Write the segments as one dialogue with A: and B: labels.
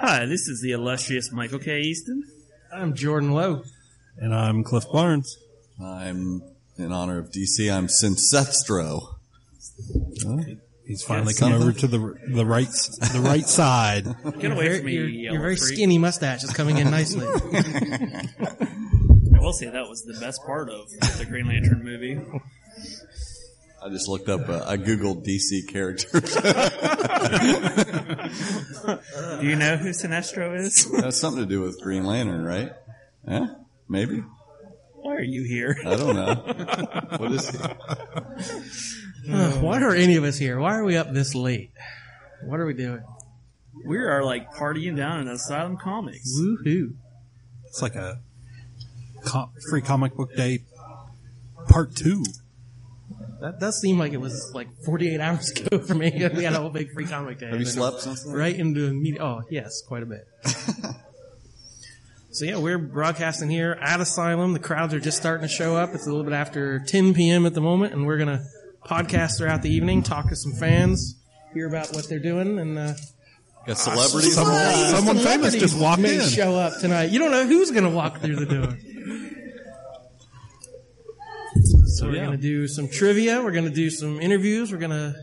A: Hi, this is the illustrious Michael K. Easton.
B: I'm Jordan Lowe.
C: And I'm Cliff Barnes.
D: I'm in honor of DC. I'm Synthestro.
C: He's finally come over to the the right s- the right side.
A: Get away from me,
B: Your,
A: you
B: your
A: yellow
B: very
A: freak.
B: skinny mustache is coming in nicely.
A: I will say that was the best part of the Green Lantern movie.
D: I just looked up. Uh, I googled DC characters.
A: Do you know who Sinestro is?
D: That's something to do with Green Lantern, right? Yeah, maybe.
A: Why are you here?
D: I don't know. What is he?
A: Uh,
B: Ugh, Why are any of us here? Why are we up this late? What are we doing?
A: We are like partying down in Asylum Comics.
B: Woohoo.
C: It's like a co- free comic book day part two.
B: That does seem like it was like 48 hours ago for me. We had a whole big free comic day.
D: Have you slept since then?
B: Right into the media. Oh, yes, quite a bit. so, yeah, we're broadcasting here at Asylum. The crowds are just starting to show up. It's a little bit after 10 p.m. at the moment, and we're going to podcast throughout the evening, talk to some fans, hear about what they're doing, and uh,
D: Got celebrities.
C: Someone famous
B: Celebrities
C: just walked
B: may
C: in.
B: show up tonight. You don't know who's going to walk through the door. So we're going to do some trivia. We're going to do some interviews. We're going to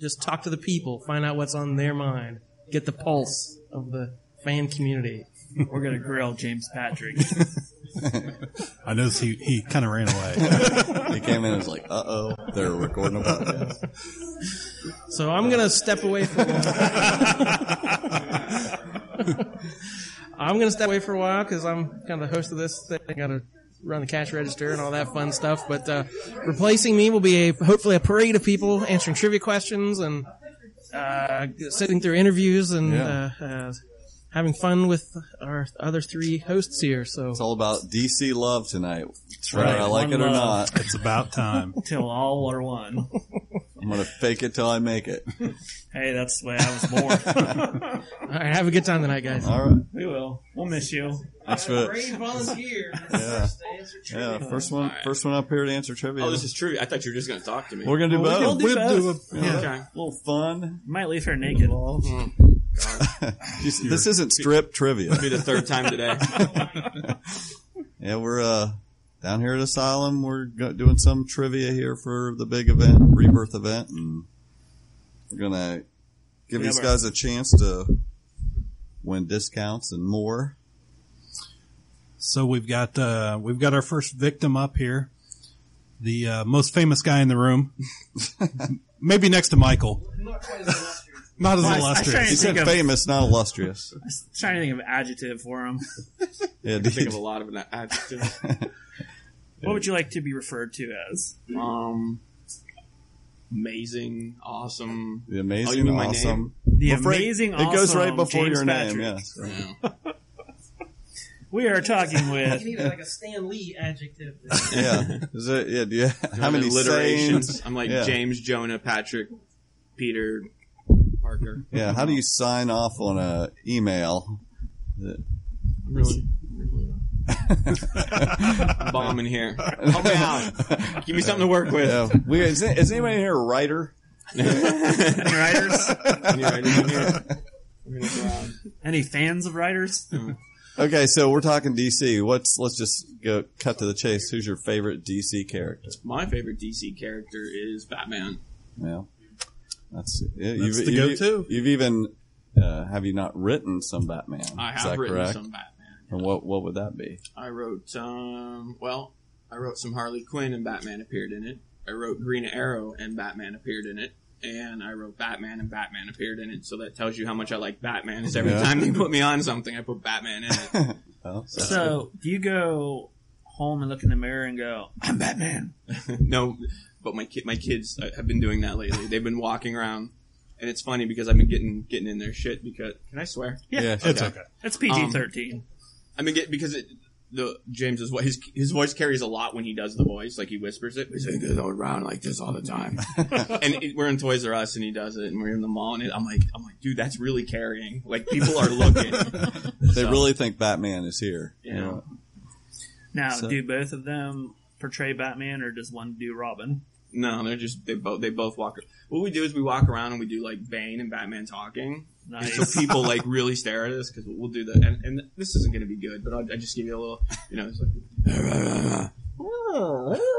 B: just talk to the people, find out what's on their mind, get the pulse of the fan community.
A: We're gonna grill James Patrick.
C: I noticed he, he kind of ran away.
D: He came in and was like, "Uh oh, they're recording a podcast."
B: So I'm going to step away for a while. I'm going to step away for a while because I'm kind of the host of this thing. I got to run the cash register and all that fun stuff. But uh, replacing me will be a, hopefully a parade of people answering trivia questions and uh, sitting through interviews and
D: Yeah.
B: uh, uh, having fun with our other three hosts here. So
D: It's all about DC love tonight. Whether
A: right.
D: I like it
A: One
D: or
A: love.
D: not,
C: it's about time.
A: Till all are one.
D: I'm gonna fake it till I make it.
A: Hey, that's the way I was born.
B: all right, have a good time tonight, guys.
D: All right.
A: we will. We'll miss you.
D: Thanks for
B: volunteer.
D: yeah. yeah. First one, first one up here to answer trivia.
E: Oh, this is true. I thought you were just going to talk to me.
D: We're gonna do
A: We'll
D: both.
A: do both.
D: Yeah.
E: Okay.
D: A little fun.
A: Might leave her naked.
D: Just- this isn't strip trivia.
E: Be the third time today.
D: Yeah, we're uh, down here at Asylum. We're go- doing some trivia here for the big event, rebirth event, and we're gonna give
A: We
D: these
A: have our-
D: guys a chance to win discounts and more.
C: So we've got uh, we've got our first victim up here, the uh, most famous guy in the room, maybe next to Michael. Not as
A: I- I
C: illustrious.
A: tried-
D: He
A: think
D: said
A: of-
D: famous, not illustrious.
A: Trying to think of adjective for him.
D: Yeah,
E: I think
D: dude.
E: of a lot of an adjective.
A: What would you like to be referred to as?
E: Um, amazing, awesome.
D: The
E: Oh,
D: amazing,
E: you mean my
D: awesome.
A: The
D: Before-
A: amazing,
D: It goes
A: awesome
D: right before
A: James
D: your
A: Patrick.
D: name. Yes.
E: Yeah.
A: We are talking with
B: needed like a Stan Lee adjective.
D: Yeah. Is it, yeah. Do you, how
E: And
D: many
E: alliterations?
D: signs-
E: I'm like
D: Yeah.
E: James, Jonah, Patrick, Peter, Parker.
D: Yeah. How do you sign off on a email?
E: Really? Bomb in here. Help me out. Give me something to work with.
D: Yeah. We, is, is anybody here a writer?
A: any writers,
E: Any writers in here? We're gonna go out.
A: any fans of writers.
D: Okay, so we're talking DC. What's let's just go cut to the chase. Who's your favorite DC character?
E: My favorite DC character is Batman.
D: Yeah, that's, yeah,
C: That's the go-to.
D: You've even uh, have you not written some Batman?
E: I
D: Is that
E: have written
D: correct?
E: some Batman.
D: And what what would that be?
E: I wrote, um, well, I wrote some Harley Quinn and Batman appeared in it. I wrote Green Arrow and Batman appeared in it. And I wrote Batman and Batman appeared in it. So that tells you how much I like Batman. Is every
D: Yeah.
E: time they put me on something, I put Batman in it.
D: Oh,
A: So do you go home and look in the mirror and go, "I'm Batman"?
E: no, but my ki- my kids uh, have been doing that lately. They've been walking around And it's funny because I've been getting getting in their shit because can I swear?
A: Yeah,
D: Yeah.
C: It's okay.
A: It's PG thirteen.
E: I mean, get, because it, the James's voice, his, his voice carries a lot when he does the voice. Like he whispers it. He's like, "Go around like this all the time." and it, we're in Toys R Us, and he does it, and we're in the mall, and it, I'm like, I'm like, dude, that's really carrying. Like people are looking.
D: They really think Batman is here.
E: Yeah.
A: Now,
D: So-
A: do both of them portray Batman, or does one do Robin?
E: No, they're just they both they both walk. What we do is we walk around and we do like Bane and Batman talking, and
A: Nice.
E: so people like really stare at us because we'll do the and, and this isn't going to be good, but I'll, I just give you a little, you know, it's like.
A: Hmm.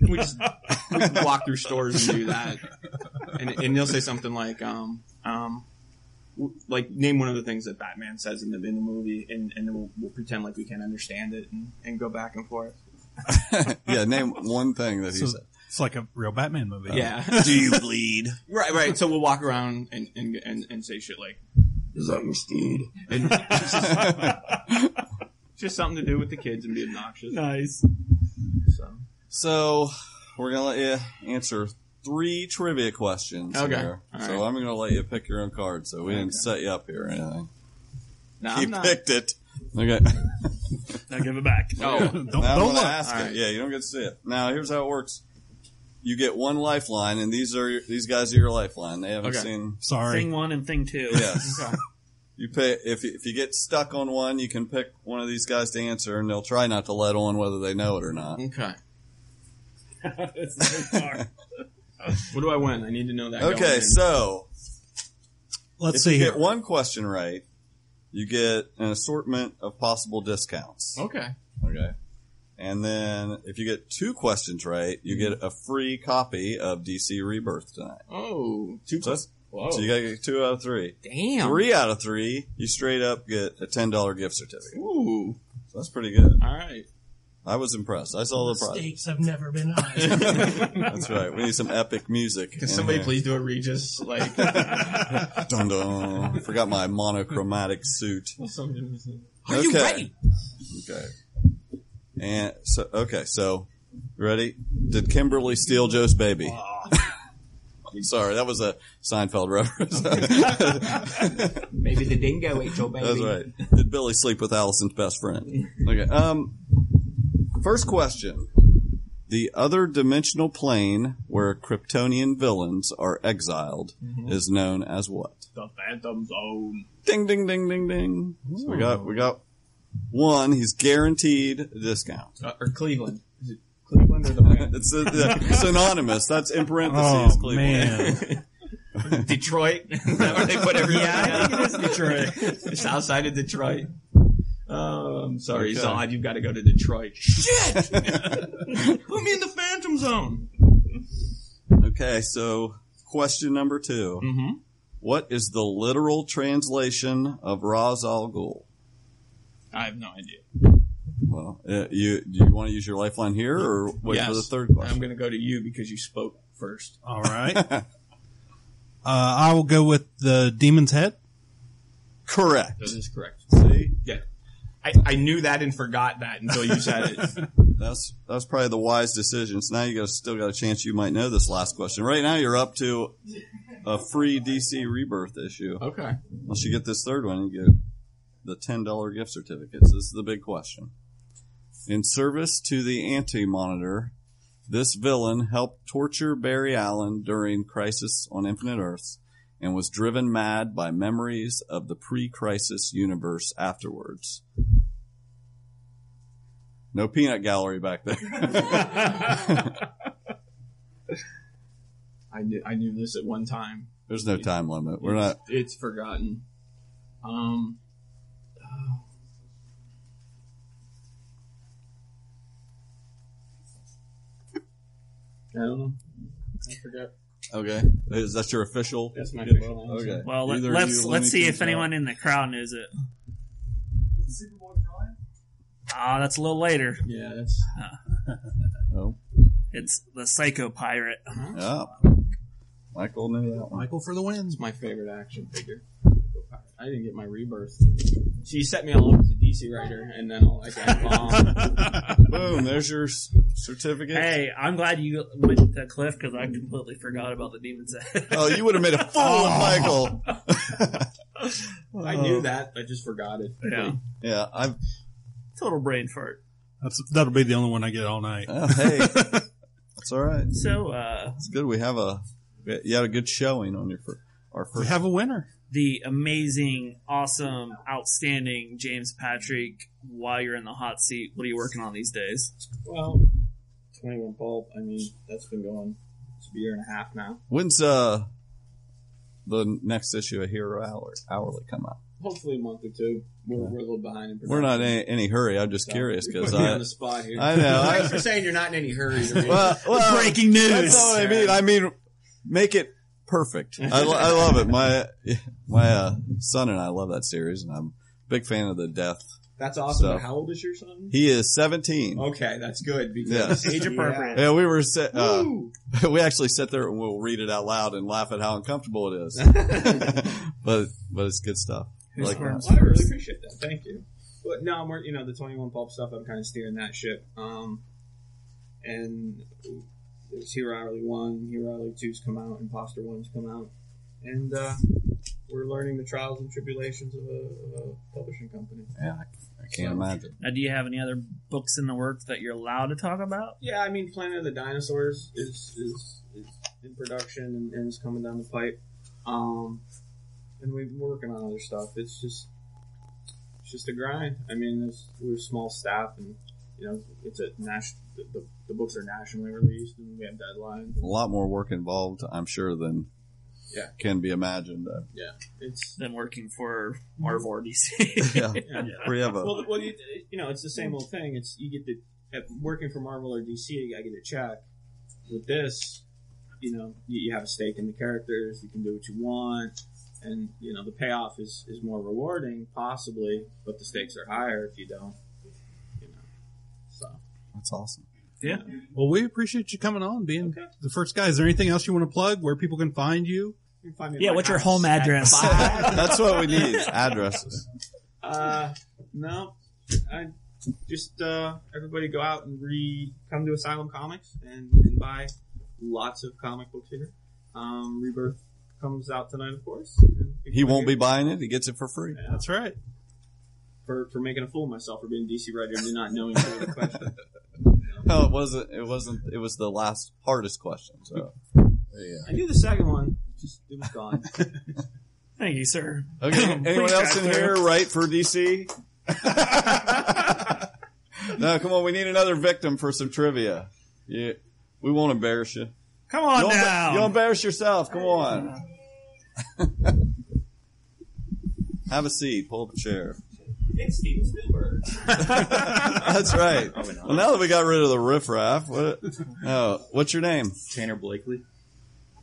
E: we just we walk through stores and do that, and and they'll say something like, um, um, w- like name one of the things that Batman says in the in the movie, and and then we'll, we'll pretend like we can understand it and, and go back and forth.
D: yeah, name one thing that he
C: So
D: said.
C: it's like a real Batman movie.
E: Yeah.
D: Do you bleed?
E: Right, right. So we'll walk around and and, and, and say shit like, "Is that your steed?" And it's just, it's just something to do with the kids and be obnoxious.
A: nice.
E: So
D: So we're gonna let you answer three trivia questions.
E: Okay.
D: here.
E: All
D: So
E: right.
D: I'm gonna let you pick your own card. So we didn't set you up here or anything.
E: no,
D: he
E: I'm not.
D: picked it. Okay.
A: Now give it back.
E: Oh,
C: Don't,
D: Now I'm
C: don't
D: gonna
C: look.
D: ask
E: All
D: it.
E: right.
D: Yeah, you don't get to see it. Now here's how it works. You get one lifeline, and these are your, these guys are your lifeline. They haven't
E: Okay.
D: seen.
A: Thing
C: Sorry.
A: one and thing two.
D: Yes. You pick if you, if you get stuck on one, you can pick one of these guys to answer, and they'll try not to let on whether they know it or not.
E: okay.
A: That's so far.
E: What do I win? I need to know that. going
D: Okay,
E: in.
D: so
C: Let's
D: If
C: see
D: you
C: here.
D: get one question right, you get an assortment of possible discounts.
E: okay,
D: Okay. And then if you get two questions right, you get a free copy of DC Rebirth tonight.
E: oh, two
D: So, that's-
E: Whoa.
D: so you gotta get two out of three.
E: damn,
D: Three out of three, you straight up get a ten dollar gift certificate.
E: Ooh,
D: So that's pretty good.
E: all right.
D: I was impressed. I saw the prize.
B: Stakes have never been higher.
D: That's right. We need some epic music.
E: Can
D: in
E: somebody
D: here.
E: please do a Regis like?
D: Dun dun. Forgot my monochromatic suit.
E: something?
D: Are you ready? Okay. And so, okay, so, ready? Did Kimberly steal Joe's baby? I'm sorry, that was a Seinfeld reference.
E: Maybe the dingo ate your baby.
D: That's right. Did Billy sleep with Allison's best friend? Okay. Um, first question. The other dimensional plane where Kryptonian villains are exiled is known as what?
E: The Phantom Zone.
D: Ding, ding, ding, ding, ding. So we got, we got one. He's guaranteed a discount.
E: Uh, or Cleveland. Is it Cleveland or the Phantom?
D: It's uh, uh, synonymous. That's in parentheses.
C: Oh
D: Cleveland.
C: man.
E: Detroit. Is that where they put everything?
A: Yeah, I think it is Detroit.
E: South side of Detroit. Oh, I'm sorry,
D: Okay.
E: Zod. You've got to go to Detroit. Shit! Put me in the Phantom Zone.
D: Okay, so question number 2
E: Mhm.
D: What is the literal translation of Ra's al Ghul?
E: I have no idea.
D: Well, uh, you do you want to use your lifeline here or wait for the
E: Yes.
D: third
E: I'm
D: question?
E: going to go to you because you spoke first.
C: All right. Uh, I will go with the Demon's Head.
D: Correct.
E: That is correct.
D: See,
E: Yeah. I, I knew that and forgot that until you said it.
D: that's that's probably the wise decision. So now you got still got a chance. You might know this last question. Right now, you're up to a free DC Rebirth issue.
E: okay.
D: Once you get this third one, you get the $10 gift certificates. This is the big question. In service to the anti monitor, this villain helped torture Barry Allen during Crisis on Infinite Earths and was driven mad by memories of the pre crisis universe afterwards. No peanut gallery back there.
E: I knew, I knew this at one time.
D: There's no time limit. We're not.
E: It's forgotten. Um. oh. I don't know. I forgot.
D: Okay. Is that your official?
E: That's my official answer.
D: Okay.
A: Well, let,
D: Either you
A: let's
D: let
A: let's
D: me
A: see if
D: finish out.
A: anyone in the crowd knows it. Ah, that's a little later.
E: Yeah, that's
D: Oh.
A: It's the Psycho Pirate.
D: Yeah. Michael knew that one.
C: Michael for the wins.
E: my favorite action figure. I didn't get my rebirth. She set me all up as a DC writer, and then all I got bomb.
D: Boom, there's your s- certificate.
A: Hey, I'm glad you went to Cliff because I completely forgot about the demon's head.
D: Oh, you would have made a fool of Michael. Oh.
E: I knew that, I just forgot it.
A: yeah,
D: Yeah, I've.
A: total brain fart.
C: That's that'll be the only one I get all night.
D: Oh, hey, that's all right.
A: So uh,
D: It's good. We have a you had a good showing on your fir- our
C: We
D: first.
C: have a winner.
A: the amazing, awesome, outstanding James Patrick. While you're in the hot seat, what are you working on these days?
E: Well, 21 Pulp, I mean, that's been going, it's a year and a half now.
D: When's uh the next issue of Hero Hour hourly come out?
E: Hopefully a month or two. We're, we're a little behind in production.
D: We're not in any, any hurry. I'm just
E: so
D: curious
E: you're
D: because
E: putting me
D: I
E: on the spot here.
D: I know.
E: Thanks
D: I,
E: for saying you're not in any hurry. To read.
D: well, well,
A: Breaking news.
D: That's all I mean. I mean, make it perfect. I, lo- I love it. My my uh, son and I love that series, and I'm a big fan of the death.
E: that's
D: So-
E: awesome. How old is your son?
D: He is 17.
E: Okay, that's good because
D: Yes.
A: Age appropriate.
D: Yeah, we were set. Uh,
E: Woo!
D: we actually sit there and we'll read it out loud and laugh at how uncomfortable it is. but but it's good stuff. I like that.
E: Well, I really appreciate that. Thank you. But no, I'm wor- you know the 21 Pulp stuff. I'm kind of steering that ship. Um, and there's Hero Hourly One, Hero Hourly Two's come out, Imposter One's come out, and uh, we're learning the trials and tribulations of a, of a publishing company.
D: Yeah, I, I can't imagine.
A: Now, Uh, do you have any other books in the works that you're allowed to talk about?
E: Yeah, I mean, Planet of the Dinosaurs is is, is in production and, and is coming down the pipe. Um, and we've been working on other stuff. It's just it's just a grind. I mean, it's, we're a small staff, and you know, it's a national. The, the, the books are nationally released, and we have deadlines.
D: A lot more work involved, I'm sure, than
E: Yeah.
D: can be imagined. Uh,
E: It's
A: Than working for Marvel or DC.
D: yeah,
E: yeah.
D: we have a
E: well, well, you, you know, it's the same old thing. It's you get the at working for Marvel or DC, I get a check. With this, you know, you, you have a stake in the characters. You can do what you want, and you know the payoff is is more rewarding, possibly, but the stakes are higher if you don't. You know, so
D: that's awesome.
C: Well, we appreciate you coming on, being
E: Okay.
C: the first guy. Is there anything else you want to plug? Where people can find you?
E: you can find me at
A: yeah,
E: my
A: what's your
E: house
A: home
E: at
A: address?
E: five.
D: That's what we need addresses.
E: Uh, no, I just uh, everybody go out and read. Come to Asylum Comics and, and buy lots of comic books here. Um, Rebirth comes out tonight, of course. and
D: He won't be buying it. He gets it for free.
E: Yeah,
C: That's right.
E: for for making a fool of myself for being DC writer and not knowing who the question.
D: Oh, No, it wasn't. It wasn't. It was the last hardest question. So yeah.
E: I knew the second one, just it was gone.
A: Thank you, sir.
D: Okay. Anyone
A: Please
D: else
A: drive
D: in
A: through.
D: here right for DC? no, come on. We need another victim for some trivia. Yeah, we won't embarrass you.
A: Come on
D: You'll, emba-
A: down.
D: you'll embarrass yourself. Come on. Have a seat. Pull up a chair.
E: it's Steven Spielberg.
D: That's right. Well, now that we got rid of the riffraff, what? Oh, what's your name?
E: Tanner Blakely.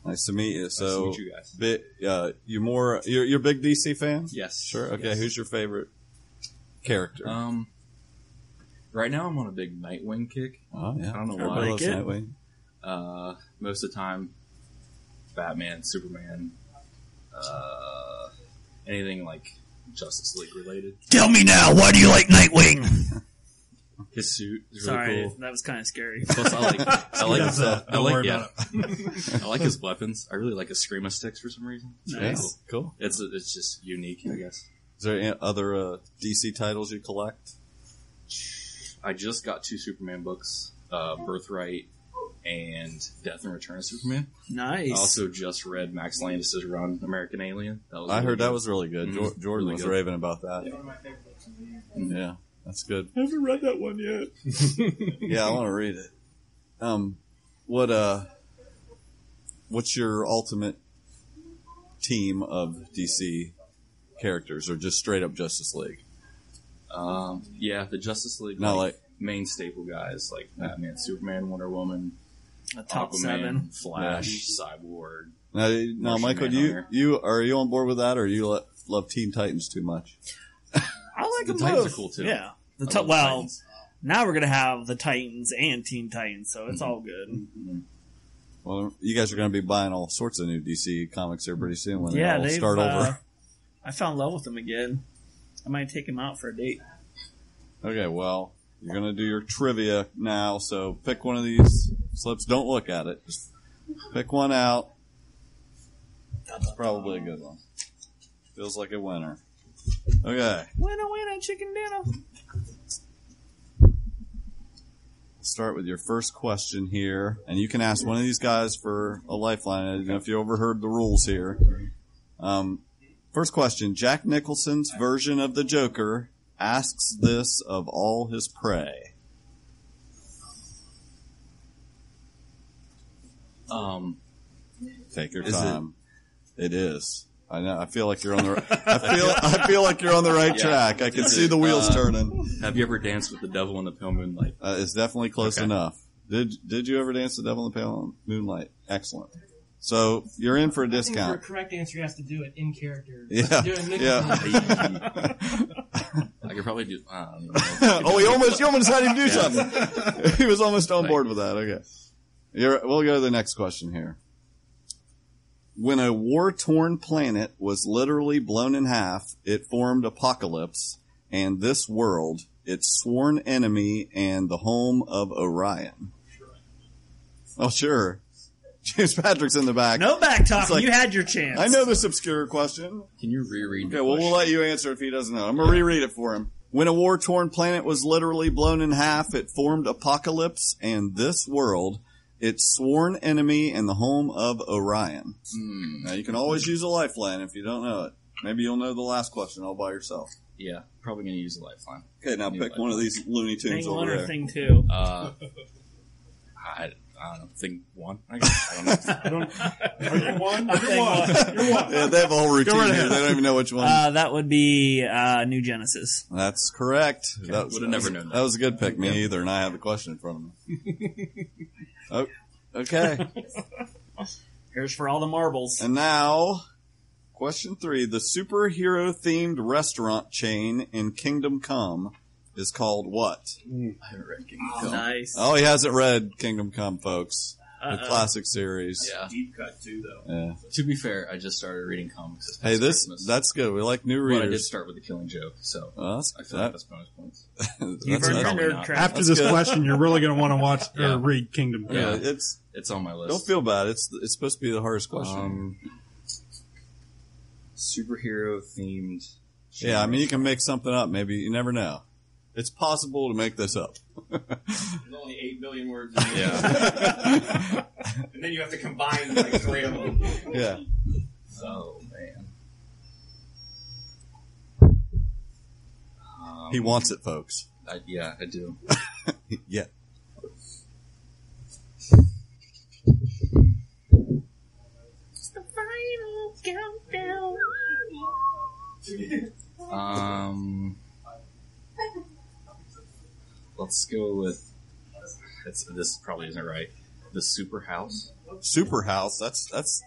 D: Nice to meet you. So,
E: meet you guys.
D: Bit, uh, you more you're, you're a big DC fan?
F: Yes.
D: Sure. Okay.
F: Yes.
D: Who's your favorite character?
F: Um. Right now, I'm on a big Nightwing kick.
D: oh yeah.
F: I don't know
D: Everybody
F: why.
D: loves
A: Like it?
D: Nightwing.
F: Uh, most of the time, Batman, Superman, uh, anything like Justice League related.
G: Tell me now, why do you like Nightwing?
F: His suit is really
A: Sorry,
F: cool.
A: that was kind of scary.
F: Plus, I like, I like,
C: That's,
F: his,
C: uh,
F: I
C: don't
F: like,
C: worry
F: yeah, I like his weapons. I really like his screamo sticks for some reason. It's really
D: Yeah,
F: cool.
D: Cool.
F: It's it's just unique, I guess.
D: Is there any other uh, DC titles you collect?
F: I just got two Superman books, uh, Birthright and Death and Return of Superman.
A: Nice.
F: I also just read Max Landis' run, American Alien. That was
D: I
F: really
D: heard that
F: good.
D: was really good.
F: Mhm.
D: Jor- Jordan
F: Really
D: was
F: good.
D: raving about that. Yeah. that's good.
F: I haven't read that one yet.
D: yeah, I want to read it. Um, what uh, what's your ultimate team of DC characters, or just straight up Justice League?
F: Um, yeah, the Justice League.
D: Not like
F: main staple guys like Batman, Superman, Wonder Woman,
A: a top
F: Aquaman,
A: seven.
F: Flash, Cyborg.
D: Now, now
F: Martian
D: Michael, do you
F: Manhunter.
D: you are you on board with that, or you lo- love Teen Titans too much?
A: I like
F: The
A: them
F: Titans
A: both.
F: are cool, too.
A: Yeah. The
F: I
A: ti-
F: love
A: well,
F: Titans.
A: now we're gonna have the Titans and Teen Titans, so it's all good.
F: Mm-hmm.
D: Well, you guys are going to be buying all sorts of new DC comics here pretty soon when
A: yeah,
D: they all
A: they've
D: start
A: uh,
D: over.
A: I fell in love with him again. I might take him out for a date.
D: Okay, well, you're gonna do your trivia now, so pick one of these slips. Don't look at it. Just pick one out. That's probably a good one. Feels like a winner. Okay,
A: Winner, winner, chicken dinner.
D: start with your first question here, and you can ask one of these guys for a lifeline. I don't know if you overheard the rules here. Um, first question: Jack Nicholson's version of the Joker asks this of all his prey.
F: Um,
D: Take your
F: Is it-
D: time. it is. I know. I feel like you're on the. I feel. I feel like you're on the right
F: Yeah.
D: track. I can
F: Is
D: see
F: it,
D: the wheels
F: uh,
D: turning.
F: have you ever danced with the devil in the pale moonlight?
D: Uh, it's definitely close
F: okay.
D: enough. Did Did you ever dance the Devil in the Pale Moonlight? Excellent. So you're in for a
B: For a
D: discount.
B: correct answer, you have to do it in character.
D: Yeah.
B: Doing Nick-
D: Yeah.
F: I could probably do. I don't know.
D: oh, he almost. You almost had him do
F: Yeah.
D: something. he was almost on board with that. Okay. You're, we'll go to the next question here. When a war torn planet was literally blown in half, it formed Apocalypse and this world, its sworn enemy, and the home of Orion. Oh, sure. James Patrick's in the back.
A: No back talking.
D: like-
A: you had your chance.
D: I know this obscure question.
F: Can you reread? the
D: Okay, well, we'll
F: question?
D: let you answer if he doesn't know. I'm going to reread it for him. When a war torn planet was literally blown in half, it formed Apocalypse and this world, its sworn enemy, and the home of Orion.
F: Hmm,
D: Now, you can always use a lifeline if you don't know it. Maybe you'll know the last question all by yourself.
F: yeah, probably gonna use a lifeline.
D: Okay, now
F: New
D: pick one of these Looney
A: Thing
D: Tunes
A: one
D: over
A: or
D: there.
A: thing two.
F: Uh, I, I don't know. Think one. I guess. I don't know.
A: A thing one.
D: yeah, they have a whole routine
C: right
D: here.
C: ahead.
D: They don't even know which one.
A: Uh, that would be uh, New Genesis.
D: That's correct. that was,
F: would've
D: that was-
F: never known that.
D: That was a good pick, me either, and I have the question in front of me. oh, okay.
A: Here's for all the marbles.
D: And now, question three. The superhero themed restaurant chain in Kingdom Come is called what?
F: Mm, I haven't read King Kong.
A: nice.
D: Oh, he hasn't read Kingdom Come, folks. The
A: Uh-oh.
D: classic series.
F: Uh-uh. Yeah.
E: Deep cut too, though.
D: Yeah.
F: To be fair, I just started reading comics. This past
D: Hey, this,
F: Christmas,
D: that's good. We like new
F: but I did
D: readers.
F: start with the Killing Joke, so
D: Well, that's,
F: I feel
D: that,
F: like that's bonus points.
A: You've
D: that's-
A: earned your
D: that's-
F: probably
A: nerd
F: not.
A: cred.
C: After
D: That's
C: this
D: good.
C: question, you're really going to want to watch or
F: Yeah.
C: read Kingdom Come.
D: yeah,
F: Yeah.
D: it's,
F: It's on my list.
D: don't feel bad. It's, it's supposed to be the hardest question.
F: Um, superhero themed.
D: yeah, I mean, you can make something up. Maybe you never know. It's possible to make this up.
E: There's only eight billion words. In there.
F: Yeah.
E: and then you have to combine like three of them.
D: Yeah.
F: Oh man. Um,
D: He wants it, folks.
F: I, yeah, I do.
D: Yeah.
F: Um, let's go with. It's, this probably isn't right. The Super House.
D: Super House. That's that's.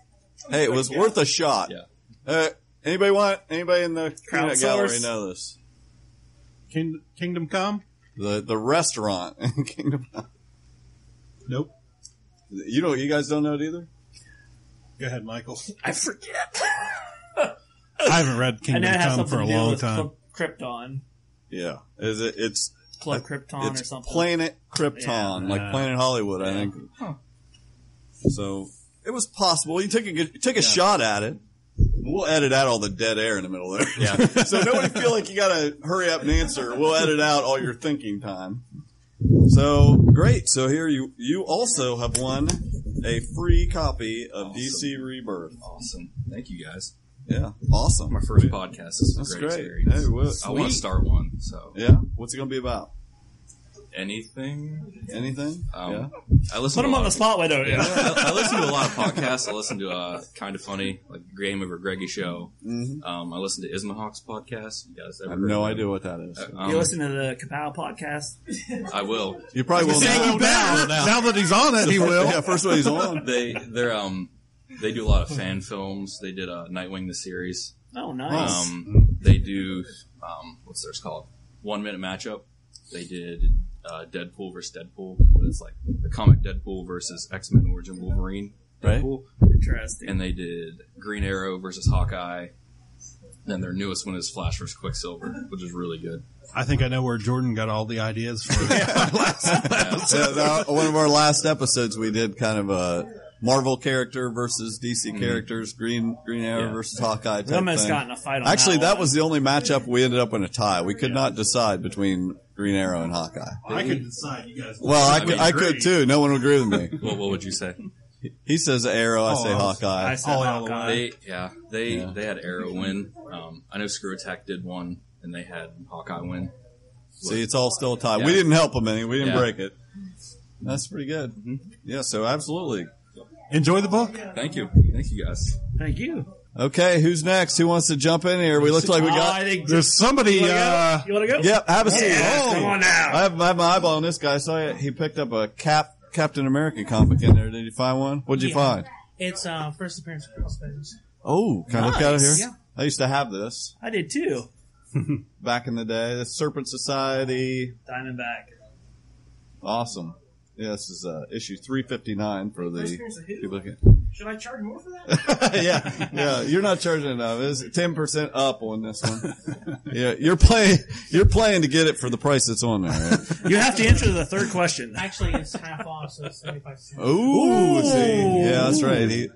D: Hey, it was worth a shot.
F: Yeah.
D: Uh, anybody want anybody in the peanut
A: Crowdsource.
D: gallery know this?
C: King, Kingdom Come?
D: The the restaurant in Kingdom. Come.
C: Nope.
D: You don't. You guys don't know it either.
C: Go ahead, Michael.
A: I forget.
C: I haven't read
A: I know
C: Kingdom
A: it has
C: Come
A: something
C: for a
A: to do
C: long
A: with
D: Uh,
C: time.
A: Club Krypton,
D: Yeah. Is it? It's
A: Club Krypton
D: it's
A: or something.
D: Planet Krypton,
C: Yeah.
D: like Planet Hollywood, I think. So it was possible. You took a good, you took a shot at it. We'll edit out all the dead air in the middle there. Yeah. so nobody feel like you gotta hurry up and answer. We'll edit out all your thinking time. So great. So here you you also have won a free copy of
F: Awesome.
D: DC Rebirth.
F: Awesome. Thank you guys.
D: Yeah.
F: My
D: Awesome.
F: first podcast. This is
D: That's
F: a great,
D: great.
F: experience.
D: Hey, well,
F: I want
D: sweet.
F: to start one. So
D: Yeah. What's it gonna be about?
F: anything.
D: Anything?
F: Um,
D: yeah.
F: I listen. to
A: Put him
F: a lot
A: on the
F: of-
A: spotlight over
F: Yeah,
A: there.
F: I, I listen to a lot of podcasts. I listen to uh, Kind of Funny, like Game Over Greggy Show.
D: Mhm.
F: Um, I listen to Ismahawk's podcast. You guys
D: I
F: ever
D: have
F: heard
D: no
F: of
D: idea
F: him?
D: what that is.
F: Uh, um,
A: you listen to the Kapow podcast?
F: I will.
D: You probably will
A: Thank
D: now.
A: you, Matt.
C: now, now that he's on it, he will.
D: Yeah, first one he's on.
F: They they're um they do a lot of fan films. They did uh, Nightwing the series.
A: Oh, nice.
F: Um, they do um, what's theirs called? One minute matchup. They did uh, Deadpool versus Deadpool, but it's like the comic Deadpool versus X Men Origin Wolverine
D: Right.
F: Deadpool,
A: Interesting.
F: and they did Green Arrow versus Hawkeye, Then their newest one is Flash vs. Quicksilver, which is really good.
C: I think I know where Jordan got all the ideas for.
D: Yeah, that- one of our last episodes, we did kind of a Marvel character versus DC characters, Green Green Arrow
F: Yeah.
D: versus Hawkeye.
A: We
D: Type
A: almost
D: thing.
A: got in a fight on
D: Actually,
A: that,
D: that was the only matchup we ended up in a tie. We could not decide between Green Arrow and Hawkeye.
C: I could decide, you guys.
D: Well, I
F: I
D: could,
F: mean,
D: I could
C: great.
D: too. No one would agree with me.
F: What, what would you say?
D: He says Arrow, I
C: Oh,
D: say
C: I was-
D: Hawkeye.
A: I said
C: All out of
A: Hawkeye.
F: They yeah they
D: Yeah.
F: they had Arrow win. Um, I know Screw Attack did one, and they had Hawkeye win.
D: See, it's all still a tie.
F: Yeah.
D: We didn't help him any. We didn't
F: Yeah.
D: break it. That's pretty good. Yeah. So absolutely.
C: Enjoy the book.
F: Mm-hmm. Thank you, thank you guys.
A: Thank you.
D: Okay. Who's next? Who wants to jump in here? We look like we
A: Oh,
D: got.
A: I think
C: There's somebody.
A: you want to
C: Uh,
A: go? You want to go?
D: Yep, have a seat.
A: Yeah, come on now.
D: I have, I have my eyeball on this guy. I saw he picked up a Cap Captain America comic in there. Did you find one? What'd you
H: Yeah.
D: find?
H: It's uh, first appearance of Girl Space.
D: Oh, can I look at it here?
A: Nice. Yeah.
D: I used to have this
A: I did too.
D: back in the day. The Serpent Society.
A: Diamondback.
D: Awesome. Yeah, this is uh, issue 359 for the.
H: First appearance of
D: if
H: who?
D: you look at-
H: Should I charge more for
D: Oh.
H: that?
D: yeah, yeah. You're not charging enough. It's ten percent up on this one. Yeah, you're playing. You're playing to get it for the price that's on there. Right?
A: You have to answer the third question.
H: Actually, it's half off, so it's 75 cents.
D: Ooh, see, yeah, that's right. He,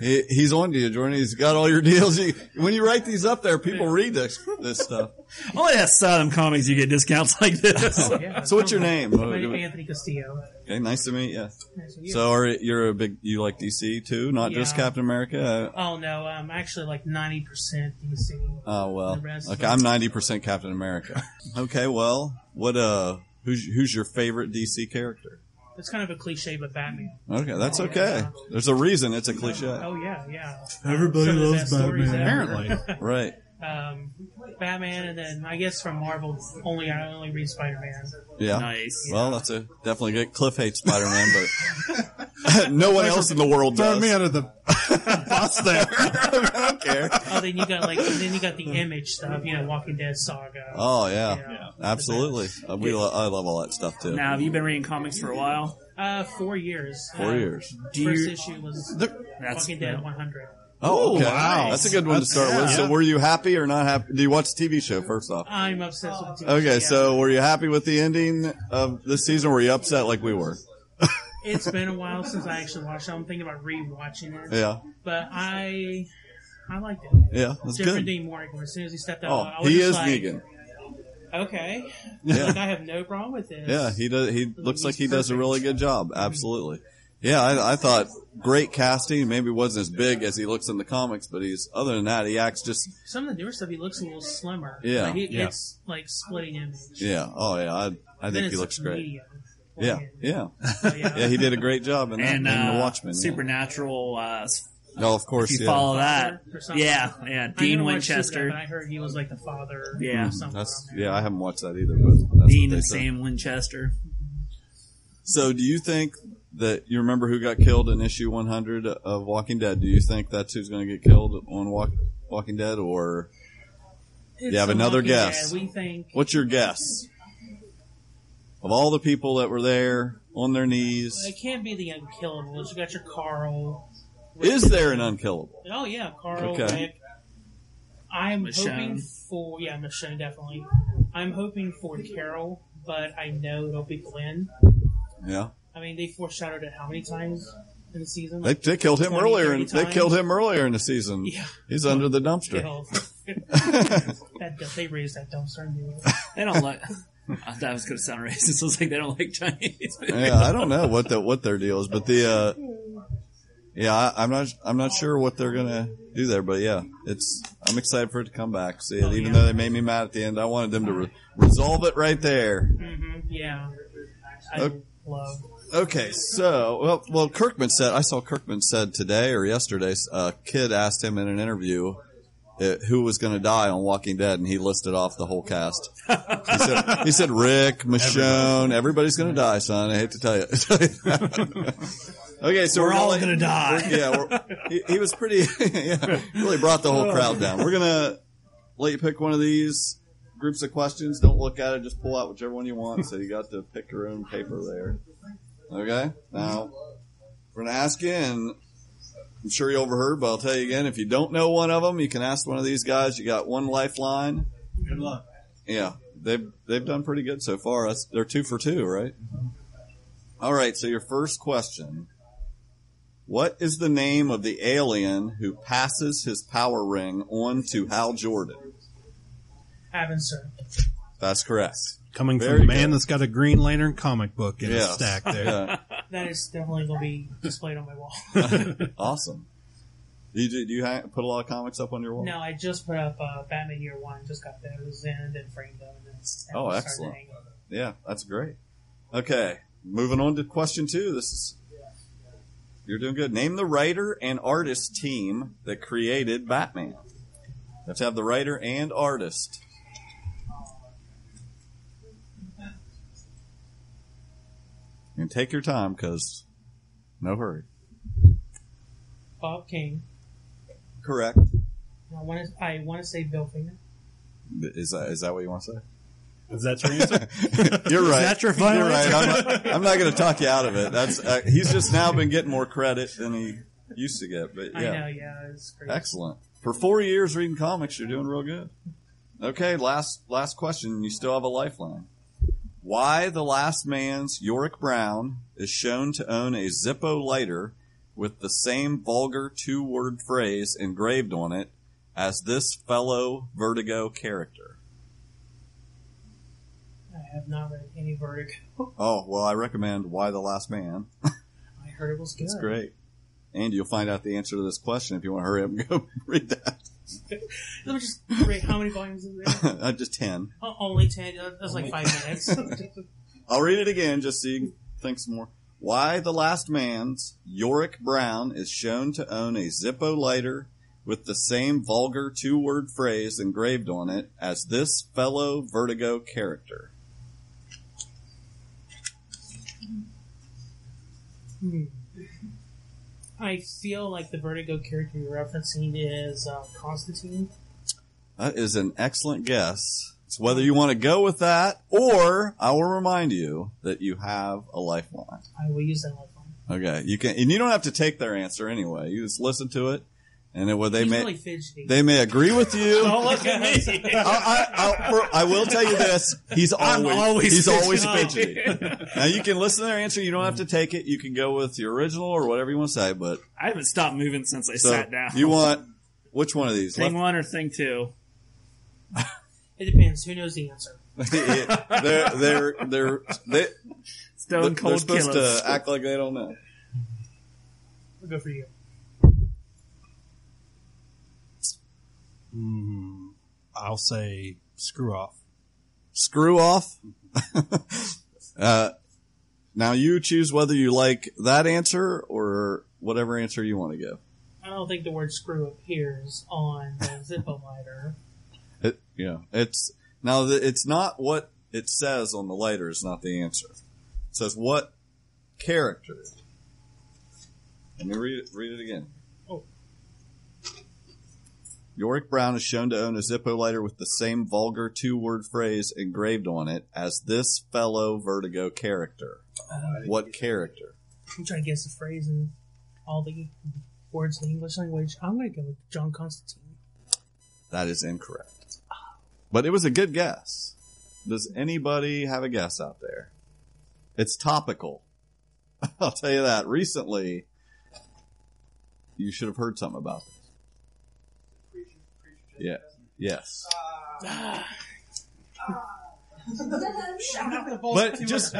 D: he he's on to you, Jordan. He's got all your deals. You, when you write these up there, people read this this stuff.
A: Only at Southern Comics you get discounts like this.
H: Oh, Yeah.
D: So, what's your name?
H: My name is Anthony Castillo.
D: Okay, nice to meet you.
H: Nice to meet you.
D: So, are you're a big you like DC too, not just
H: Yeah.
D: Captain America?
H: oh no, I'm actually like 90% DC.
D: Uh, oh well,
H: The rest
D: okay.
H: of-
D: I'm ninety percent Captain America. Okay, well, what uh, who's who's your favorite DC character?
H: It's kind of a cliche, but Batman.
D: Okay, that's okay. There's a reason it's a cliche,
H: Oh yeah, yeah.
C: Everybody
H: Some of the
C: loves
H: best stories
C: Batman.
H: ever.
C: Apparently.
D: right?
H: um, Batman, and then I guess from Marvel, only I only read Spider Man.
D: Yeah.
A: nice.
D: Well, that's a definitely good. Cliff hates Spider Man, but no one else in the world
C: Throw
D: does.
C: me under the bus there.
D: I don't care.
H: Oh, then you got like then you got the Image stuff, you know, Walking Dead saga.
D: Oh yeah,
H: Yeah.
D: absolutely. Uh, we lo- I love all that stuff too.
A: Now, have you been reading comics for a while?
H: Uh, four years.
D: Four
H: Uh,
D: years.
A: Do
H: first
A: you-
H: issue was
A: That's-
H: Walking Dead 100.
D: Oh okay.
C: wow.
D: that's a good one to start with. So, were you happy or not happy? Do you watch the TV show first off?
H: I'm obsessed with. TV,
D: Okay,
H: yeah.
D: so were you happy with the ending of this season? Were you upset like we were?
H: it's been a while since I actually watched. it. I'm thinking about rewatching it.
D: Yeah,
H: But I, I liked it.
D: yeah, that's
H: Jeffrey
D: good.
H: Dean Morgan. As soon as he stepped out,
D: Oh,
H: I was
D: he
H: just
D: is
H: like,
D: Negan.
H: Okay,
D: Yeah.
H: like I have no problem with this.
D: Yeah, he does. He looks like he does a really good job. Absolutely. Yeah, I, I thought great casting. Maybe wasn't as big as he looks in the comics, but he's other than that, he acts just.
H: Some of the newer stuff, he looks a little slimmer.
D: Yeah,
H: like it,
C: yeah.
H: it's like splitting image.
D: Yeah. Oh yeah, I I
H: Then
D: think
H: it's
D: he looks great.
H: medium.
D: Yeah,
H: Like,
D: yeah,
H: so, yeah.
D: yeah. He did a great job in that.
A: And
D: in the
A: uh,
D: Watchmen. yeah.
A: Supernatural. Uh,
D: No, of course.
A: if you
D: yeah.
A: follow that,
H: Or something.
A: yeah, yeah.
H: I
A: Dean
H: never watched Superman,
A: Winchester.
H: but I heard he was like the father.
A: Yeah.
H: or something
D: That's
H: on there.
D: yeah. I haven't watched that either, but that's what
A: Dean
D: they
A: and
D: said.
A: Sam Winchester.
D: So, do you think that you remember who got killed in issue 100 of Walking Dead? Do you think that's who's going to get killed on Walk, Walking Dead, or
H: It's
D: You have
H: a
D: another
H: Walking Dead.
D: guess.
H: We think
D: What's your guess? Of all the people that were there on their knees,
H: it can't be the unkillable. You got your Carl.
D: is there an unkillable?
H: Oh yeah, Carl.
D: Okay.
H: Rick. I'm
A: Michonne.
H: hoping for yeah, Michonne definitely. I'm hoping for Carol, but I know it'll be Glenn.
D: Yeah,
H: I mean, they foreshadowed it how many times in the season?
D: they, they killed him
H: 20,
D: earlier, and
H: 30
D: they
H: times.
D: killed him earlier in the season.
H: Yeah.
D: He's under the dumpster.
H: Killed. that they raised that dumpster. and they were-
A: They don't like. I thought I was going to sound racist. I was like, they don't like Chinese.
D: yeah, I don't know what the, what their deal is, but the uh, yeah, I, I'm not I'm not sure what they're gonna do there, but yeah, it's I'm excited for it to come back. See, it, even
H: yeah.
D: though they made me mad at the end, I wanted them to re- resolve it right there.
H: Mhm, yeah. I
D: Okay.
H: love.
D: Okay, so well, well, Kirkman said I saw Kirkman said today or yesterday. A kid asked him in an interview uh, who was going to die on Walking Dead, and he listed off the whole cast. He said, he said Rick, Michonne, everybody's going to die, son. I hate to tell you. okay, so we're,
A: We're all
D: gonna-
A: going to die.
D: yeah, we're, he, he was pretty. yeah, really brought the
A: Oh.
F: Uh.
D: whole crowd down. We're gonna let you pick one of these groups of questions. Don't look at it. Just pull out whichever one you want. So you got to pick your own paper there. Okay. Now we're gonna ask you, and I'm sure you overheard, but I'll tell you again. If you don't know one of them, you can ask one of these guys. You got one lifeline.
C: Good luck.
D: Yeah, they've they've done pretty good so far. That's, they're two for two, right? All right. So your first question: What is the name of the alien who passes his power ring on to Hal Jordan?
H: Haven't, sir.
D: That's correct.
C: Coming
D: Very
C: from a man
D: good.
C: that's got a Green Lantern comic book in
D: Yes.
C: a stack there.
D: Yeah,
H: That is definitely going to be displayed on my wall.
D: awesome. You do, do you ha- put a lot of comics up on your wall?
H: no, I just put up uh, Batman Year One. Just got those in and then framed them. And then started
D: Oh, excellent.
H: hanging them.
D: Yeah, that's great. Okay, moving on to question two. This is you're doing good. Name the writer and artist team that created Batman. Let's have the writer and artist. And take your time, cause no hurry.
H: Bob King.
D: Correct.
H: I want to. I want to say Bill Finger.
D: Is that is that what you want to say?
C: Is that your answer?
D: You're right.
C: that your final
D: You're right.
C: answer?
D: I'm not, I'm not going to talk you out of it. That's uh, he's just now been getting more credit than he used to get. But
H: I
D: yeah,
H: know. Yeah, it's crazy.
D: Excellent. For four years reading comics, you're doing real good. Okay, last last question. You still have a lifeline. Why the last man's Yorick Brown is shown to own a Zippo lighter with the same vulgar two word phrase engraved on it as this fellow Vertigo character?
H: I have not read any Vertigo.
D: Oh, well, I recommend Why the Last Man.
H: I heard it was good.
D: It's great. And you'll find out the answer to this question if you want to hurry up and go read that.
H: It was just great. How many volumes is there?
D: Uh, Just 10.
H: Oh, only ten. That was like five minutes.
D: I'll read it again just so you can think some more. Why the last man's Yorick Brown is shown to own a Zippo lighter with the same vulgar two word phrase engraved on it as this fellow Vertigo character.
H: Hmm. I feel like the Vertigo character you're referencing is uh, Constantine.
D: That is an excellent guess. It's whether you want to go with that or I will remind you that you have a lifeline.
H: I will use that lifeline.
D: Okay. You can, and you don't have to take their answer anyway. You just listen to it and then what they
H: He's
D: may,
H: really fidgety.
D: they may agree with you.
H: Don't look at me.
D: I, I, I, for- I will tell you this: he's
C: I'm
D: always,
C: always
D: he's always
C: fidgety.
D: fidgety. now you can listen to their answer. You don't have to take it. You can go with your original or whatever you want to say. But
A: I haven't stopped moving since I
D: so
A: sat down.
D: you want which one of these?
A: thing
D: Left-
A: one or thing two?
H: It depends. Who knows the answer?
D: Yeah, they're they're they're they,
A: Stone
D: they're
A: cold
D: supposed
A: killers.
D: to act like they don't know.
H: We'll go for you.
C: Mm, I'll say screw off.
D: Screw off. uh, now you choose whether you like that answer or whatever answer you want to give.
H: I don't think the word screw appears on the Zippo lighter.
D: It, yeah, it's now the, it's not what it says on the lighter is not the answer. It says what character. Let me read it, read it again.
H: Oh.
D: Yorick Brown is shown to own a Zippo lighter with the same vulgar two-word phrase engraved on it as this fellow Vertigo character. What character?
H: I'm trying to guess the phrase and all the words in the English language. I'm going to go with John Constantine.
D: That is incorrect. But it was a good guess. Does anybody have a guess out there? It's topical. I'll tell you that. Recently, you should have heard something about this. Yeah. Yes. But just,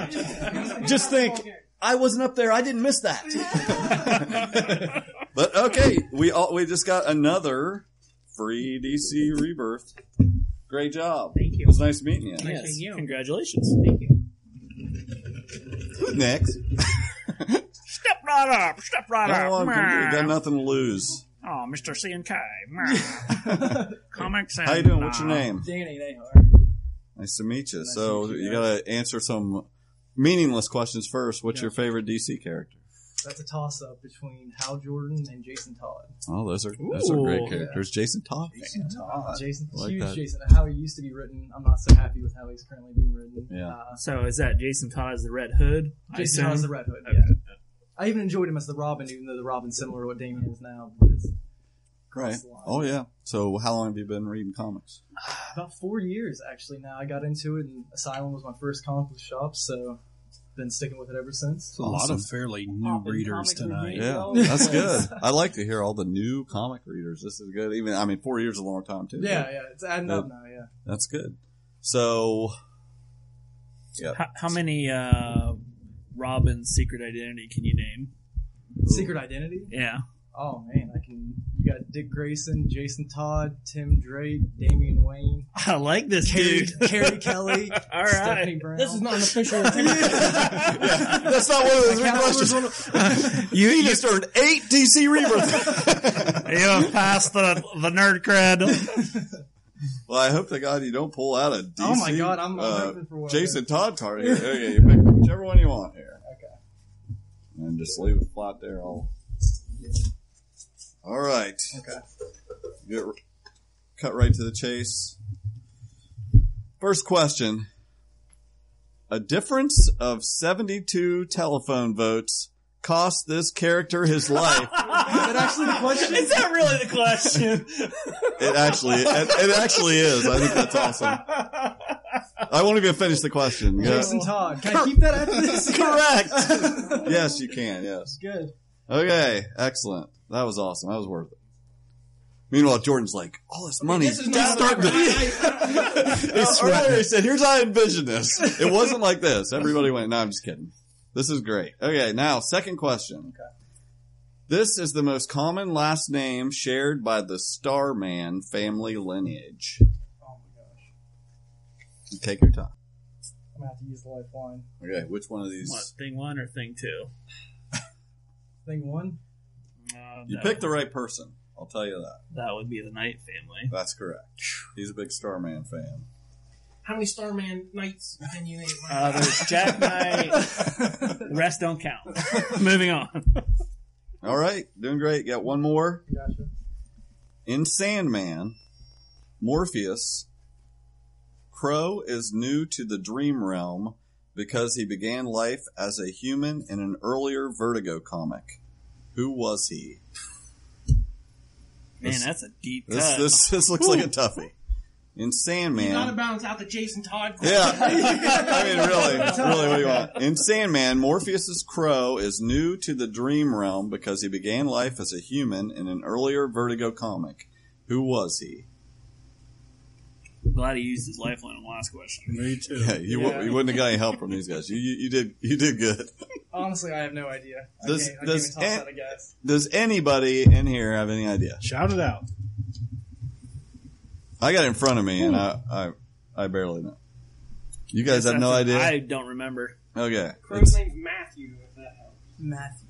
D: just think, I wasn't up there. I didn't miss that. but okay, we all we just got another free DC rebirth. Great job.
H: Thank you.
D: It was nice meeting you.
H: Nice
A: Yes.
H: to you.
A: Congratulations.
H: Thank you.
D: Who's next?
A: Step right up. Step right
D: Come
A: up.
D: on, come- you got
A: Meow.
D: nothing to lose.
A: Oh, Mr. C and K. Meow. Comics and
D: How you doing? What's your
A: uh,
D: name?
I: Danny, they are.
D: Nice to meet you.
I: Nice to
D: so
I: meet you
D: you
I: guys.
D: gotta answer some meaningless questions first. What's your favorite DC character?
I: That's a toss up between Hal Jordan and Jason Todd.
D: Oh, those are those are
A: Ooh.
D: great characters. Jason Todd.
I: Todd. Jason,
D: I like
I: huge
D: that.
I: Jason. How he used to be written. I'm not so happy with how he's currently being written.
D: Yeah.
I: Uh,
A: So is that Jason Todd as the Red Hood? I
I: Jason Todd is the
A: assume?
I: Red Hood.
A: Okay.
I: Yeah. I even enjoyed him as the Robin, even though the Robin's similar to what Damien is now. Because
D: Right.
I: the line.
D: Oh yeah. So how long have you been reading comics?
I: about four years actually now. I got into it, and Asylum was my first comic book shop, so been sticking with it ever since.
C: A lot of fairly new
H: Popping
C: readers
H: comic
C: tonight.
H: reviews
D: Yeah,
I: Oh,
H: all over
D: that's
H: the
D: good. I like to hear all the new comic readers. This is good. Even I mean, four years is a long time too. but
I: Yeah, yeah, it's adding up
D: Yeah.
I: now. Yeah,
D: that's good. So
A: How, how many uh, Robin's secret identity can you name?
I: Secret Identity.
A: Yeah.
I: Oh man, I can. You got Dick Grayson, Jason Todd, Tim Drake, Damian Wayne,
A: I like this
I: Carrie,
A: dude.
I: Carrie Kelly,
A: All right.
I: Stephanie Brown.
H: This is not an official.
D: Yeah, that's not one of the three questions. you you just earned eight DC Rebirth.
A: You have passed the, the nerd cred.
D: well, I hope to God you don't pull out a DC.
I: Oh my God, I'm- I'm
D: uh,
I: hoping for one.
D: Jason Todd card here. Okay, you pick whichever one you want here. Okay. And just leave it flat there. All. All right.
I: Okay.
D: Get r- cut right to the chase. First question. A difference of 72 telephone votes cost this character his life.
I: Is that actually the question?
A: Is that really the question?
D: It actually, it, it actually is. I think that's awesome. I won't even finish the question. Yeah.
I: Jason Todd. Can I keep that after this?
D: Correct. yes, you can. Yes.
I: Good.
D: Okay. Excellent. That was awesome. That was worth it. Meanwhile, Jordan's like, all this money.
H: This is not
D: Start
H: elaborate.
D: the-
H: I- I-
D: Earlier he said, here's how I envisioned this. It wasn't like this. Everybody went, no, I'm just kidding. This is great. Okay. Now, second question. This is the most common last name shared by the Starman family lineage.
I: Oh my gosh,
D: Take your time.
I: I'm gonna have to use the lifeline.
D: Okay, which one of these?
A: What, thing one or thing two?
I: Thing one.
A: Uh,
D: You
A: that-
D: picked the right person. I'll tell you that.
A: That would be the Knight family.
D: That's correct. He's a big Starman fan.
H: How many Starman nights can you eat?
A: Uh, there's Jack Knight. The rest don't count. Moving on.
D: All right, doing great. Got one more.
I: Gotcha.
D: In Sandman, Morpheus, Crow is new to the dream realm because he began life as a human in an earlier Vertigo comic. Who was he?
A: Man,
D: This-
A: that's a deep cut.
D: This this, this looks like a toughie. In Sandman,
H: Got to balance out the Jason Todd.
D: Yeah. I mean, really, really, what do you want? In Sandman, Morpheus's crow is new to the dream realm because he began life as a human in an earlier Vertigo comic. Who was he?
A: Glad he used his lifeline on the last question.
C: Me too.
D: Yeah, you, wou- you wouldn't have got any help from these guys. You, you, you did, you did good.
I: Honestly, I have no idea. I
D: Does-
I: can't- I
D: does
I: can't even toss
D: Ant-
I: out a guess.
D: Does anybody in here have any idea?
C: Shout it out.
D: I got it in front of me, and I, I, I barely know. You guys have no
A: That's-
D: idea.
A: I don't remember.
D: okay,
H: Crow's
D: It's-
H: name's Matthew. If that helps.
I: Matthew.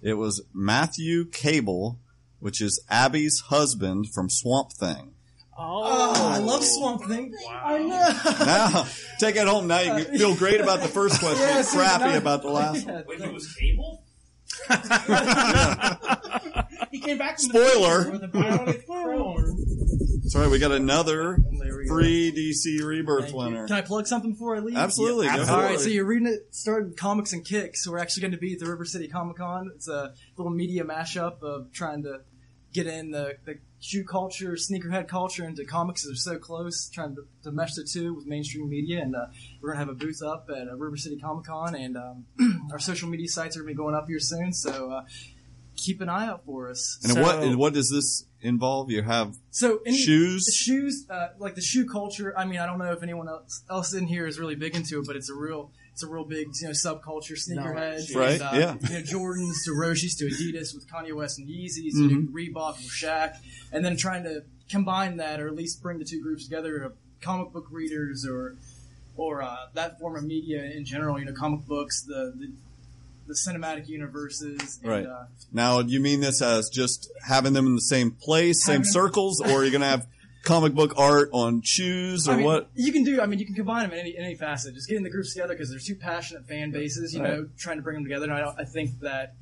D: it was Matthew Cable, which is Abby's husband from Swamp Thing.
I: Oh, I love Swamp Thing. I know.
D: now take it home. Now you can feel great about the first question,
I: Yeah, see,
D: crappy
I: now-
D: about the last one.
I: Yeah,
F: Wait, it was Cable?
H: He came back from
D: Spoiler.
H: the with a bionic crow arm.
D: Sorry, we got another
I: there we go.
D: free DC Rebirth
I: Thank you.
D: winner.
I: Can I plug something before I leave?
D: Absolutely, go
I: All
D: for
I: right,
D: it.
I: so you're reading it, starting Comics and Kicks. We're actually going to be at the River City Comic Con. It's a little media mashup of trying to get in the, the shoe culture, sneakerhead culture into comics that are so close, trying to, to mesh the two with mainstream media. And uh, we're going to have a booth up at uh, River City Comic Con, and um, our social media sites are going to be going up here soon, so uh, keep an eye out for us.
D: And
A: So-
D: what and what does this involve? You have
I: So any,
D: Shoes?
I: shoes, uh, like the shoe culture. I mean, I don't know if anyone else, else in here is really big into it, but it's a real, it's a real big, you know, subculture. Sneakerheads,
D: Right,
I: and, uh,
D: yeah.
I: You know, Jordans to Roshis to Adidas with Kanye West and Yeezys,
D: Mm-hmm.
I: to Reebok with Shaq, and then trying to combine that, or at least bring the two groups together of comic book readers or or uh, that form of media in general. You know, comic books, the the, the cinematic universes, and,
D: Right.
I: Uh,
D: now. You mean this as just having them in the same place, same circles, or you're gonna have comic book art on shoes or
I: I mean,
D: what?
I: You can do. I mean, you can combine them in any, in any facet. Just getting the groups together because they're two passionate fan bases. You know, trying to bring them together. And I, don't, I think that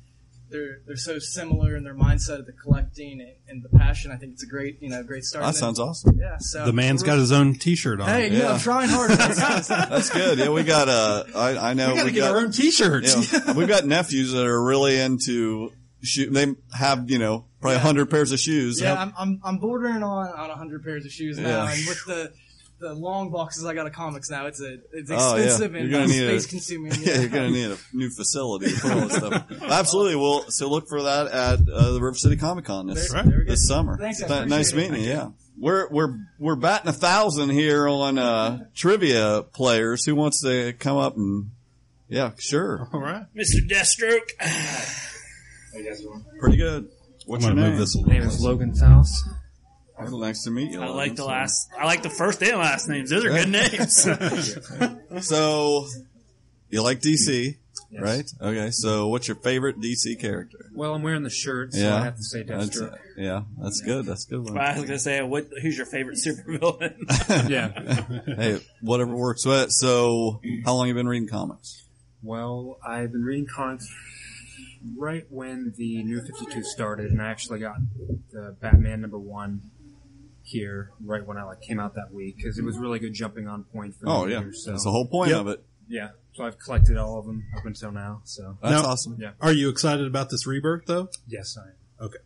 I: they're they're so similar in their mindset of the collecting and, and the passion. I think it's a great you know great start.
D: That
I: And then-
D: sounds awesome.
I: Yeah. So
C: The man's got his own T-shirt on.
I: Hey, you know,
D: Yeah.
I: I'm trying hard.
D: That's good. Yeah, we got uh, I, I know we,
C: we gotta get
D: got
C: our own T-shirts.
D: Yeah. We've got nephews that are really into shoe. They have, you know, probably a hundred pairs of shoes.
I: yeah, I'm, I'm I'm bordering on on hundred pairs of shoes now,
D: Yeah.
I: and with the the long boxes I got of comics now, it's a it's
D: Oh, yeah.
I: expensive
D: You're
I: and uh,
D: gonna need a-
I: space consuming.
D: Yeah, you're going to need a new facility for all this stuff. Absolutely. Well, so look for that at uh, the River City Comic Con this,
I: There- there we go.
D: this summer.
I: Thanks, I
D: Th-
I: appreciate
D: nice
I: it.
D: meeting you. Yeah. We're, we're, we're batting a thousand here on, uh, trivia players. Who wants to come up and, yeah, sure.
C: All right.
A: Mr. Deathstroke.
D: Pretty good.
C: I'm
D: What's
C: gonna
D: your name?
C: move this a
J: My name
C: little.
J: is Logan Faust.
D: Nice to meet you.
A: I
D: Logan.
A: like the
D: So-
A: last. I like the first and last names. Those are good names.
D: So, you like DC,
J: Yes.
D: right? Okay. So what's your favorite DC character?
J: Well, I'm wearing the shirt, so
D: Yeah.
J: I have to say
D: That's,
J: Deathstroke.
D: yeah, that's good. That's a good one.
A: I was gonna say, what? Who's your favorite supervillain?
J: yeah.
D: hey, whatever works. So- So, how long you been reading comics?
J: Well, I've been reading comics right when the New 52 started, and I actually got the Batman number one here right when I like came out that week because it was really good jumping on point for
D: Oh
J: me.
D: yeah,
J: Here, so
D: that's the whole point
C: Yep.
D: of it.
J: yeah, so I've collected all of them up until now. So
D: That's
C: Now-
D: awesome.
J: yeah,
C: Are you excited about this rebirth though?
J: yes, I am.
C: Okay.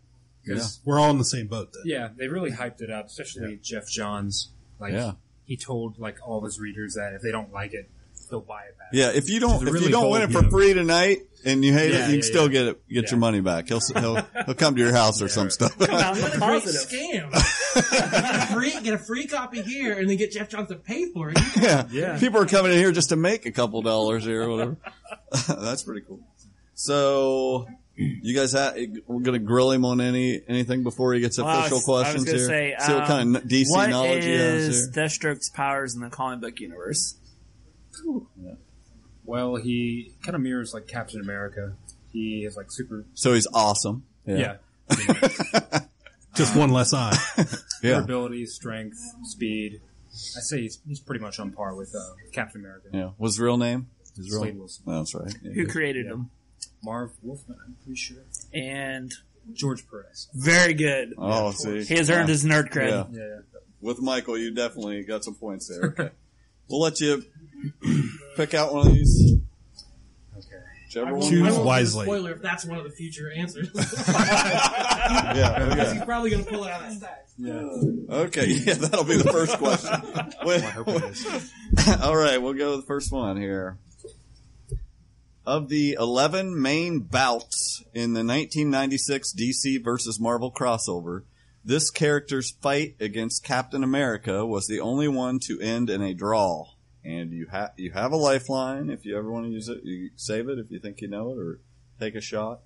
J: 'Cause,
C: We're all in the same boat then.
J: Yeah, they really hyped it up, especially Jeff Johns. Like
D: Yeah.
J: he told like all of his readers that if they don't like it, they'll buy it back.
D: Yeah, if you don't,
J: It's
D: if
J: really
D: you don't
J: bold,
D: win it for
J: you know.
D: free tonight and you hate it,
J: Yeah,
D: you can
J: yeah,
D: still
J: yeah.
D: get it, get
J: Yeah.
D: your money back. He'll s- he'll he'll come to your house or some stuff.
A: Out in the
H: Great
A: positive.
H: scam. get, a free, get a free copy here, and then get Jeff Johns to pay for it.
D: yeah.
J: Yeah.
D: people are coming in here just to make a couple dollars here or whatever. that's pretty cool. So. You guys, ha- we're gonna grill him on any anything before he gets
A: Well, I
D: official
A: was- I was
D: questions
A: gonna
D: here.
A: say,
D: See what
A: um,
D: kind of DC
A: What
D: knowledge he has
A: is
D: here.
A: Deathstroke's powers in the comic book universe?
J: Well, he kind of mirrors like Captain America. He is like super.
D: So he's awesome.
J: Yeah.
C: Just one less eye.
D: yeah.
J: Durability, strength, speed. I say he's, he's pretty much on par with uh, Captain America.
D: Yeah. What's his real name? His real
J: Slade Wilson.
D: Oh, That's right. Yeah.
A: Who created them?
J: Marv Wolfman, I'm pretty sure.
A: And
J: George Perez.
A: very good.
D: Oh, see.
A: He has earned his nerd cred.
D: Yeah.
J: Yeah.
D: With Michael, you definitely got some points there. Okay. we'll let you pick out one of these.
J: Okay.
D: Whichever
H: I
D: one.
H: won't-
C: Choose
H: I won't give a
C: wisely.
H: Spoiler if that's one of the future answers.
D: Yeah. Okay.
H: He's probably going to pull it out of the stack.
D: okay. Yeah, that'll be the first question. Wait.
J: I hope it is.
D: All right, we'll go with the first one here. Of the 11 main bouts in the 1996 DC versus Marvel crossover, this character's fight against Captain America was the only one to end in a draw. And you have you have a lifeline if you ever want to use it. You save it if you think you know it, or take a shot.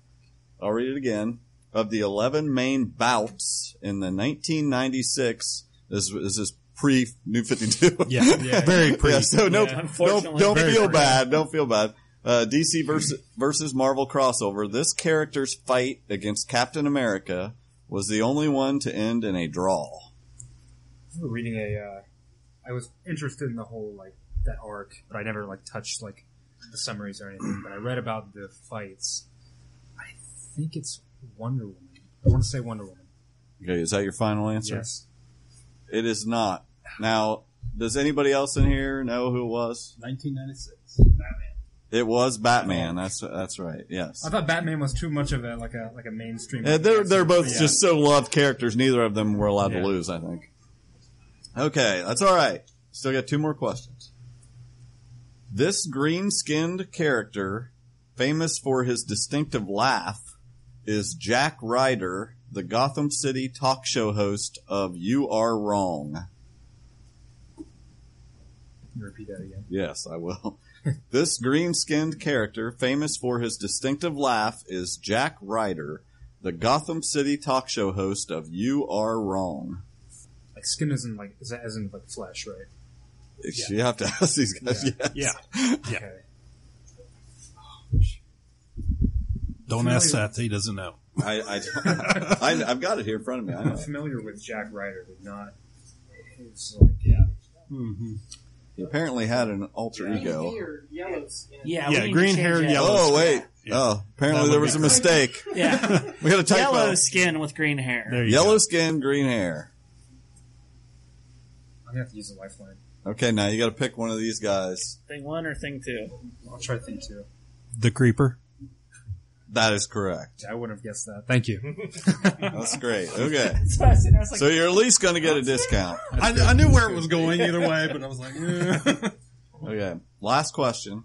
D: I'll read it again. Of the 11 main bouts in the 1996, this this is pre New 52.
C: Yeah. Very pretty.
D: Yeah, so no, don't,
A: unfortunately.
D: don't
C: Very
D: feel
C: pretty.
D: bad. Don't feel bad. Uh, DC versus, versus Marvel crossover. This character's fight against Captain America was the only one to end in a draw.
J: I remember reading a. Uh, I was interested in the whole like that arc, but I never like touched like the summaries or anything. But I read about the fights. I think it's Wonder Woman. I want to say Wonder Woman.
D: Okay, is that your final answer?
J: Yes,
D: It is not. Now, does anybody else in here know who it was?
J: 1996.
D: It was Batman. That's that's right. Yes.
J: I thought Batman was too much of a like a like a mainstream.
D: Yeah, they're they're both
J: Yeah.
D: just so loved characters. Neither of them were allowed
J: Yeah.
D: to lose. I think. Okay, that's all right. Still got two more questions. This green-skinned character, famous for his distinctive laugh, is Jack Ryder, the Gotham City talk show host of "You Are Wrong."
J: Can you repeat that again.
D: Yes, I will. this green skinned character, famous for his distinctive laugh, is Jack Ryder, the Gotham City talk show host of You Are Wrong.
J: Like skin isn't like is that isn't like flesh, right?
D: You have to ask these guys. Yeah.
C: Yeah. Yeah.
J: Okay.
C: Don't ask Seth. He doesn't know.
D: I, I, I, have got it here in front of me. I
J: I'm
D: know.
J: familiar with Jack Ryder, but not. It's like yeah.
D: He apparently had an alter ego.
H: Here, yellows.
A: Yeah, we
C: Yeah,
A: need to
C: green
A: change
C: hair,
A: that.
C: yellow.
D: Oh, wait. Oh, apparently
C: That
D: there
C: would
D: was a
C: be
D: mistake.
A: Yeah.
D: We got a typo.
A: Yellow skin with green hair.
C: There you
D: Yellow skin, green hair.
J: I'm gonna have to use a lifeline.
D: Okay, now you got to pick one of these guys.
A: Thing one or thing two?
J: I'll try thing two.
C: The creeper.
D: That is correct.
J: I wouldn't have guessed that. Thank you.
D: That's great. Okay,
H: That's what I said. I was like,
D: so you're at least going to get a discount.
C: I, I knew where it was going either way, but I was like, eh.
D: Okay, last question.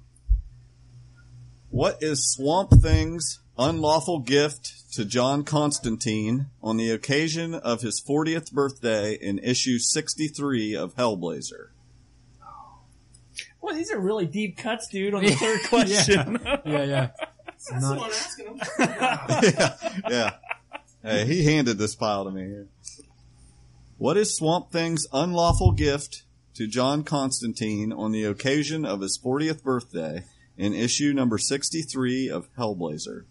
D: What is Swamp Thing's unlawful gift to John Constantine on the occasion of his 40th birthday in issue 63 of Hellblazer?
A: Well, these are really deep cuts, dude, on the third question.
J: yeah, yeah. It's
H: that's the
J: not
H: one asking him.
D: yeah. yeah. Hey, he handed this pile to me here. What is Swamp Thing's unlawful gift to John Constantine on the occasion of his 40th birthday in issue number 63 of Hellblazer?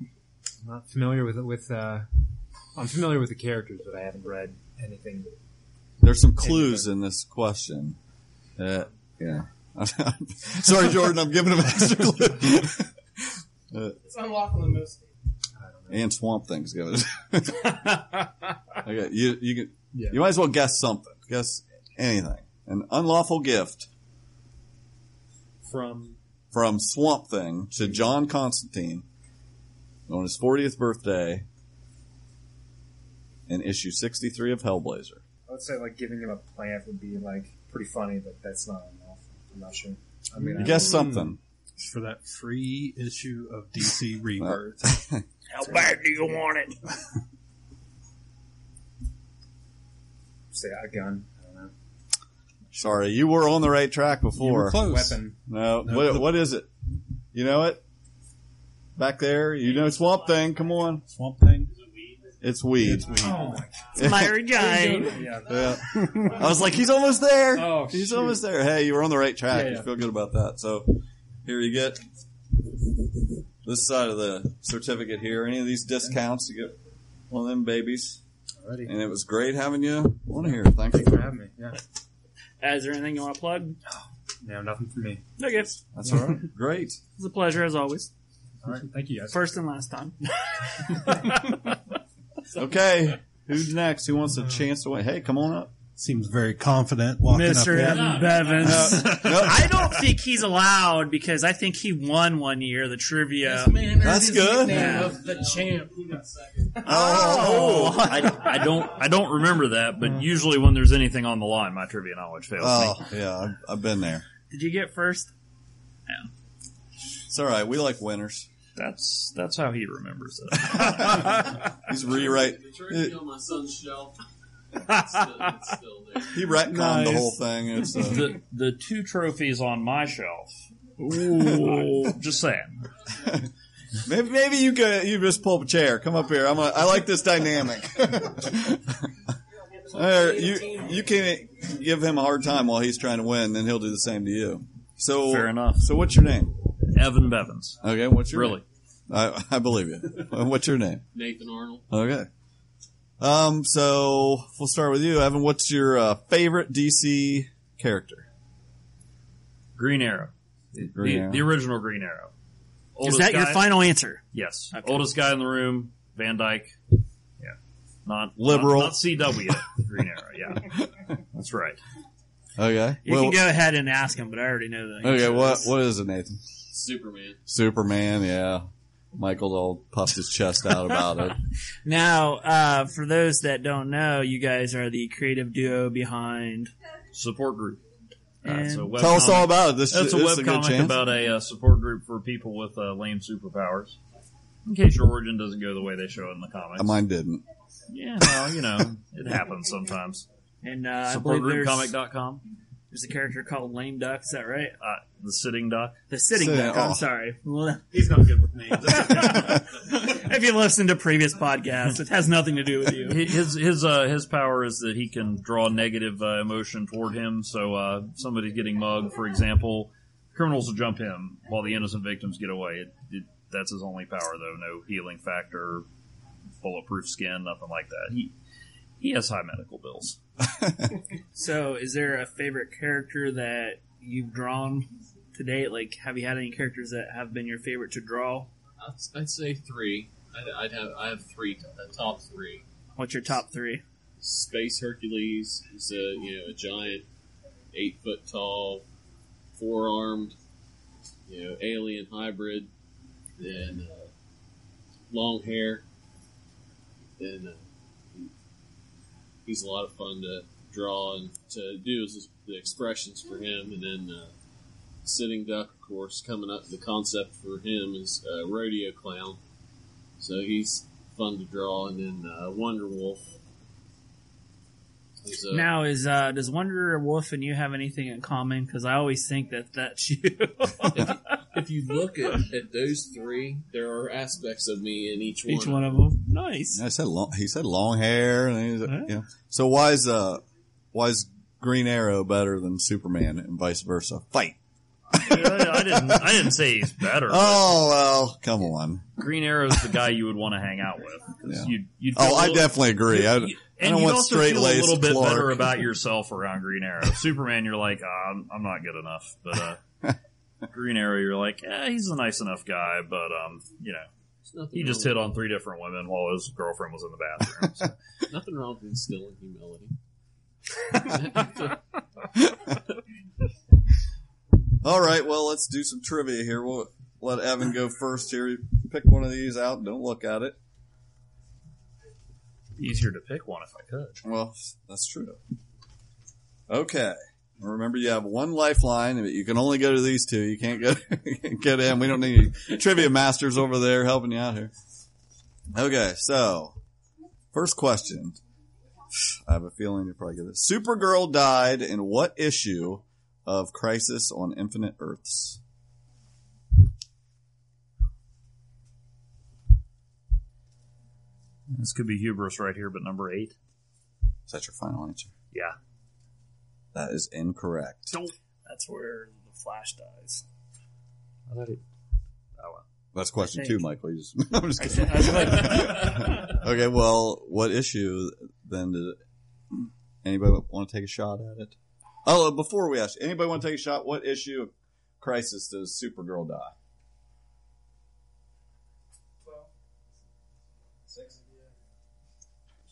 J: I'm not familiar with with. Uh, I'm familiar with the characters, but I haven't read anything.
D: There's some clues in this question. Uh, yeah. Sorry, Jordan, I'm giving him extra Uh, clue.
H: It's unlawful in most states.
D: and Swamp Thing's giving it. okay, you you can
J: Yeah.
D: you might as well guess something. Guess anything. An unlawful gift
J: From
D: from Swamp Thing to John Constantine on his 40th birthday in issue 63 of Hellblazer.
J: I would say like giving him a plant would be like pretty funny, but that's not enough. I'm not sure. I mean, I-
D: Guess something.
C: for that free issue of DC Rebirth.
A: How bad do you want it?
J: say a gun. I don't know.
D: Sorry, you were on the right track before.
C: You were close.
J: Weapon.
D: No,
C: No,
D: what,
C: the-
D: what is it? You know it? Back there, you know Swamp Thing. Come on,
C: Swamp Thing.
D: it's weed.
C: It's weed.
J: Oh,
A: It's Mary Jane.
J: Yeah.
D: Yeah. I was like, he's almost there.
J: Oh,
D: he's
J: shoot.
D: almost there. Hey, you were on the right track.
J: Yeah,
D: You
J: yeah.
D: feel good about that. So here you get this side of the certificate here. Any of these discounts, you get one of them babies.
J: Alrighty.
D: And it was great having you on here. Thank you.
J: Thanks for having me. Yeah.
A: Is there anything you want to plug?
J: No, nothing for me.
A: No gifts.
D: That's all right. Great.
A: It's a pleasure as always.
J: All right. Thank you guys.
A: First and last time.
D: Okay. Who's next? Who wants a chance to win? Hey, come on up.
C: Uh, Seems very confident walking
A: Mr.
C: up
A: Evan Bevins.
D: No,
A: I don't think he's allowed because I think he won one year the trivia.
H: Man,
D: That's good.
A: Yeah.
H: Of the champ.
D: Oh.
K: I, I don't I don't remember that, but usually when there's anything on the line, my trivia knowledge fails me.
D: Oh, yeah. I've, I've been there.
A: Did you get first?
D: It's all right. We like winners.
K: That's that's how he remembers it.
D: He's rewrite.
E: Trophy on my son's shelf. It's still, it's still there.
D: He retconned
C: Nice.
D: the whole thing. It's, uh,
K: the the two trophies on my shelf.
D: Uh,
K: Ooh, just saying.
D: Maybe, maybe you could you just pull up a chair. Come up here. I'm a, I like this dynamic. There, you you can give him a hard time while he's trying to win, then he'll do the same to you. So
K: Fair enough.
D: So what's your name?
K: Evan Bevins.
D: Okay, what's your
K: Really?
D: name? I I believe you. Uh, what's your name?
E: Nathan Arnold.
D: Okay. Um. So we'll start with you, Evan. What's your uh, favorite DC character?
K: Green Arrow.
D: Green
K: the,
D: Arrow.
K: the original Green Arrow.
A: Is
K: Oldest
A: that your
K: guy-
A: final answer?
K: Yes.
A: Okay.
K: Oldest guy in the room, Van Dyke. Yeah. Not
D: Liberal.
K: Not, not CW. Green Arrow. Yeah. That's right.
D: Okay.
A: You
D: Well, Oh,
A: can go ahead and ask him, but I already know that.
D: okay. What what is it, Nathan?
E: Superman.
D: Superman. Yeah. Michael all puffed his chest out about it.
A: Now, uh, for those that don't know, you guys are the creative duo behind.
K: Support group.
A: And-
K: so web
D: Tell us
K: comic-
D: all about it. This,
K: That's a
D: this is a good
K: webcomic
D: chance.
K: about a uh, support group for people with uh, lame superpowers. In case your origin doesn't go the way they show it in the comics.
D: Uh, Mine didn't.
K: Yeah, well, you know, it happens sometimes.
A: And uh, I believe there's,
K: Supportgroupcomic.com.
A: there's a character called Lame Duck. Is that right?
K: Uh, the Sitting Duck.
A: The Sitting
D: Sitting-
A: Duck.
D: oh.
A: I'm sorry. Well,
J: He's not good with names.
A: if you listen to previous podcasts, it has nothing to do with you.
K: Hi- His his uh, his power is that he can draw negative uh, emotion toward him. So uh, somebody's getting mugged, for example, criminals will jump him while the innocent victims get away. It, it, that's his only power, though. No healing factor, bulletproof skin, nothing like that. He he has high medical bills.
A: So, is there a favorite character that you've drawn to date? Like, have you had any characters that have been your favorite to draw?
L: I'd, I'd say three. I'd, I'd have I have three the top three.
A: What's your top three?
L: Space Hercules is a you know a giant, eight foot tall, four armed, you know alien hybrid, then uh, long hair. Then uh, he's a lot of fun to draw and to do is the expressions for him, and then uh, sitting duck, of course, coming up. The concept for him is uh, rodeo clown, so he's fun to draw, and then uh, Wonder Wolf. is a-
A: now is uh, does Wanderer Wolf and you have anything in common? Because I always think that that's you.
L: if you look at, at those three, there are aspects of me in each one.
A: Each one of them, nice.
D: I said long, he said long hair. And he was, you know. So why is uh, why is Green Arrow better than Superman and vice versa? Fight.
K: I, I didn't. I didn't say he's better.
D: Oh well, come on.
K: Green Arrow's the guy you would want to hang out with.
D: Yeah.
K: You, you'd
D: Oh,
K: feel a
D: I
K: little-
D: definitely agree. I- I
K: and
D: don't
K: you'd
D: want
K: also
D: straight
K: feel a little
D: laced
K: bit
D: Clark.
K: better about yourself around Green Arrow. Superman, you're like, "Ah, I'm, I'm not good enough. But uh, Green Arrow, you're like, yeah, he's a nice enough guy, but um, you know,
L: nothing
K: he just
L: wrong
K: hit on three different women while his girlfriend was in the bathroom. so.
L: Nothing wrong with instilling humility.
D: All right, well, let's do some trivia here. We'll let Evan go first here. Pick one of these out. Don't look at it.
K: Easier to pick one if I could.
D: Well, that's true. Okay. Remember, you have one lifeline, but you can only go to these two. You can't go you can't get in. We don't need any trivia masters over there helping you out here. Okay, so first question. I have a feeling you probably get this. Supergirl died in what issue of Crisis on Infinite Earths?
K: This could be hubris right here, but number eight.
D: Is that your final answer?
K: Yeah.
D: That is incorrect.
A: That's where the Flash dies.
K: I thought it. Oh,
D: That's question
A: I
D: two,
A: think.
D: Michael. You just, I'm just
A: I
D: kidding.
A: said- I was
D: okay, well, what issue then did it, anybody want to take a shot at it? Oh, before we ask, anybody want to take a shot? What issue of Crisis does Supergirl die?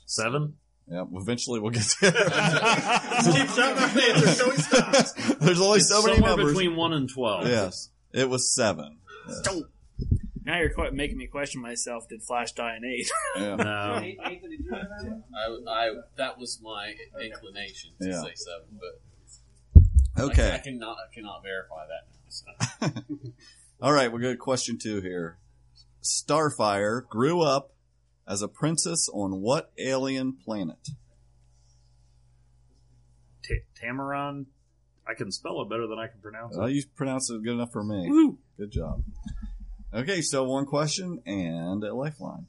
K: Seven?
D: Yeah, well, eventually we'll get to
K: Keep shouting out the answer till he stops.
D: There's only
K: It's
D: so many
K: somewhere
D: numbers.
K: between one and 12.
D: Yes. It was seven.
A: Now you're quite making me question myself. Did Flash die in eight?
D: Yeah.
A: No.
L: I, I that was my inclination to
D: Yeah.
L: say seven, but
D: Okay.
L: I, I cannot I cannot verify that. Now, so.
D: All right, we'll go to question two here. Starfire grew up as a princess on what alien planet?
K: Ta- Tamaran. I can spell it better than I can pronounce
D: Well,
K: it.
D: you pronounced it good enough for me. Good job. Okay, so one question and a lifeline.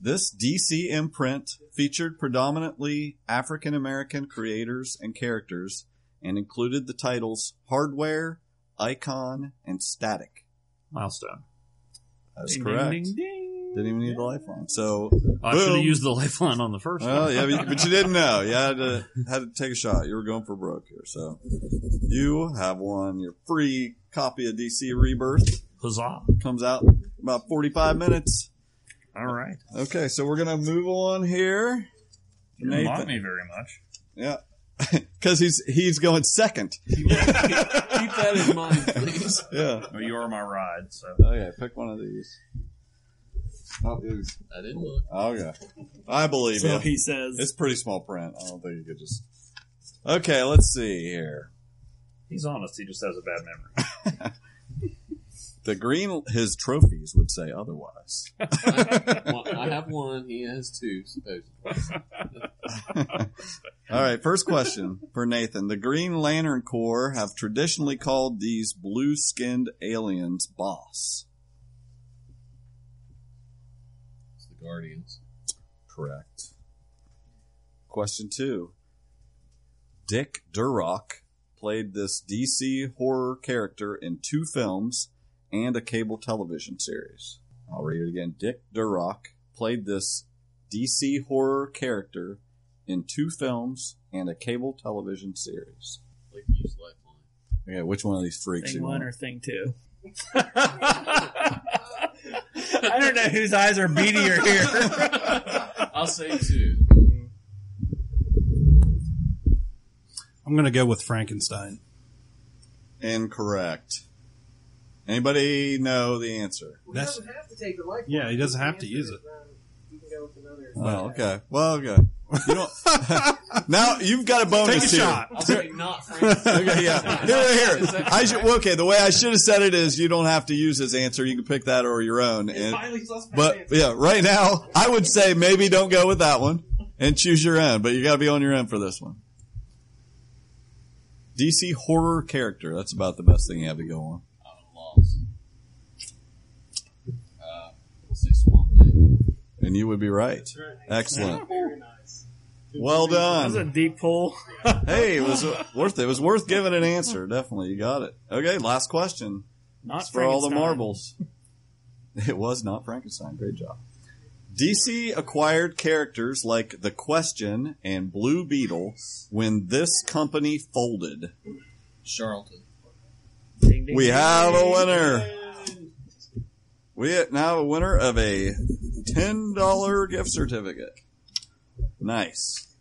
D: This DC imprint featured predominantly African American creators and characters and included the titles Hardware, Icon, and Static.
K: Milestone.
D: That's
K: Ding,
D: correct.
K: ding,
D: Didn't even need the lifeline. So,
K: I should have
D: boom.
K: used the lifeline on the first one.
D: Well, yeah, but, but you didn't know. You had to had to take a shot. You were going for broke here, so you have won your free copy of DC Rebirth.
K: Huzzah!
D: Comes out in about forty five minutes.
K: All right.
D: Okay, so we're gonna move on here.
K: You didn't mock me very much.
D: Yeah, because he's he's going second.
K: Keep that in mind, please.
D: Yeah.
K: Well, you are my ride, so.
D: Okay, pick one of these. Oh, it was- Oh,
L: I didn't look.
D: Okay. I believe
A: So
D: you.
A: he says-
D: It's pretty small print. I don't think you could just. Okay, let's see here.
K: He's honest. He just has a bad memory.
D: The green, his trophies would say otherwise.
L: Well, I have one. He has two. Supposedly.
D: All right, first question for Nathan. The Green Lantern Corps have traditionally called these blue skinned aliens boss.
L: It's the Guardians.
D: Correct. Question two. Dick Durock played this DC horror character in two films and a cable television series. I'll read it again. Dick Durock played this DC horror character in two films and a cable television series.
L: Like you use lifeline.
D: Okay, which one of these freaks
A: Thing
D: you
A: one
D: want?
A: or thing two? I don't know whose eyes are beadier here.
L: I'll say two.
C: I'm going to go with Frankenstein.
D: Incorrect. Anybody know the answer?
C: Well, he That's- doesn't have to take the life Yeah, one. he doesn't have to use it.
D: Oh, okay. Well, okay. You don't, now you've got a bonus
L: Take a
D: here.
L: shot. I'll say not Frankenstein.
D: okay, yeah. Here,
L: Is
D: here.
L: that
D: I should, well, okay, the way I should have said it is you don't have to use his answer. You can pick that or your own. And- but yeah, right now, I would say maybe don't go with that one and choose your own, but you got to be on your own for this one. DC horror character. That's about the best thing you have to go on.
L: Lost. Uh, we'll say Swamp Thing.
D: And you would be right. Excellent. Well
A: That was a
D: done.
A: deep pull.
D: Hey, it was uh, worth it. It was worth giving an answer. Definitely, you got it. Okay, last question.
A: Not
D: It's for all the
A: Frankenstein.
D: marbles. It was not Frankenstein. Great job. DC acquired characters like The Question and Blue Beetle when this company folded.
L: Charlton.
D: We have a winner. We now have a winner of a ten dollar gift certificate. Nice.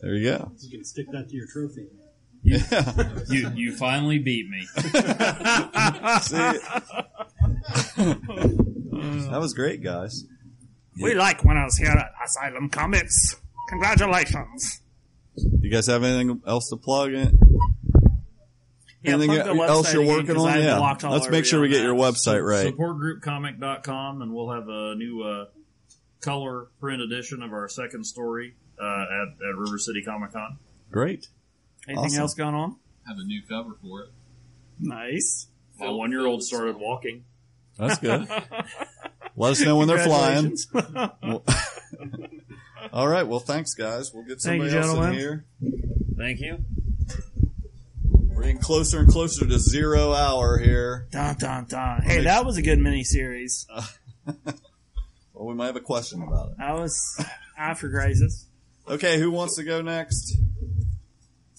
D: There you go.
M: You can stick that to your trophy.
D: Yeah.
K: You you finally beat me.
D: that was great, guys.
N: We like when I was here at Asylum Comics. Congratulations.
D: You guys have anything else to plug in?
K: Yeah,
D: anything
K: plug the
D: else
K: website
D: you're
K: again,
D: working
K: 'cause
D: on?
K: I've
D: Yeah.
K: walked all
D: Let's
K: over
D: make sure
K: you
D: we
K: on
D: get
K: that.
D: your website right.
K: Supportgroupcomic.com, and we'll have a new uh, color print edition of our second story uh, at, at River City Comic Con.
D: Great.
A: Anything
K: Awesome.
A: else going on?
L: Have a new cover for it.
A: Nice.
K: My one year old started walking.
D: That's good. Let us know when they're flying.
K: Congratulations.
D: Well- All right. Well, thanks, guys. We'll get
K: Thank you,
D: somebody else in
K: gentlemen.
D: here.
K: Thank you.
D: We're getting closer and closer to zero hour here.
A: Dun dun dun. Hey, that was a good mini series.
D: Uh, Well, we might have a question about it.
A: That was after crisis.
D: Okay, who wants to go next?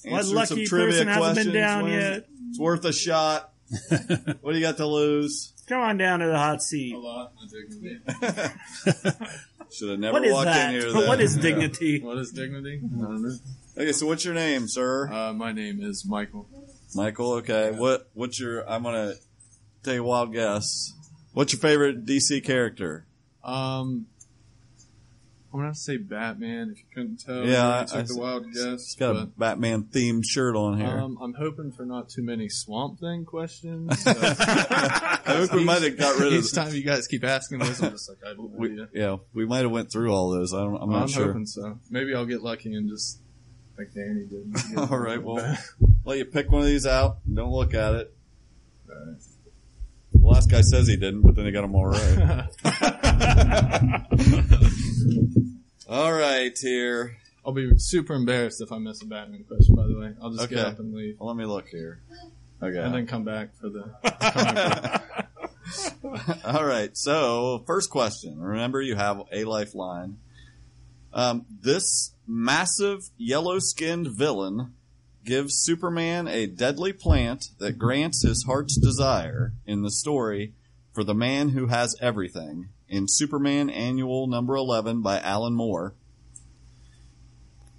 A: What
D: Answered
A: lucky
D: some trivia
A: person hasn't been
D: questions.
A: down
D: When's-
A: yet?
D: It's worth a shot. what do you got to lose?
A: Come on down to the hot seat.
D: Should have never
A: What is
D: walked
A: that?
D: in here. Then.
A: What is
D: Yeah.
A: dignity?
L: What is dignity? I don't know.
D: Okay, so what's your name, sir?
L: Uh, my name is Michael.
D: Michael, okay. What what's your I'm gonna take a wild guess. What's your favorite DC character?
L: Um, I'm gonna have to say Batman. If you couldn't tell,
D: yeah,
L: I
D: I,
L: took the wild guess.
D: He's got a
L: but,
D: Batman themed shirt on here.
L: um, I'm hoping for not too many Swamp Thing questions.
D: I hope we might have got rid of
L: Each time you guys keep asking those, I'm just like, I have no
D: we,
L: idea.
D: yeah, we might have went through all those. I don't, I'm not
L: I'm
D: sure.
L: hoping so. Maybe I'll get lucky and just like Danny did.
D: all right, well, let you pick one of these out. Don't look at it. The last guy says he didn't, but then he got them all right. all right, here.
L: I'll be super embarrassed if I miss a Batman question. By the way, I'll just get
D: Okay.
L: up and leave.
D: Well, let me look here. Okay.
L: and then come back for the.
D: All right. So, first question. Remember, you have a lifeline. Um, this massive yellow skinned villain gives Superman a deadly plant that grants his heart's desire in the story for the man who has everything in Superman Annual Number 11 by Alan Moore,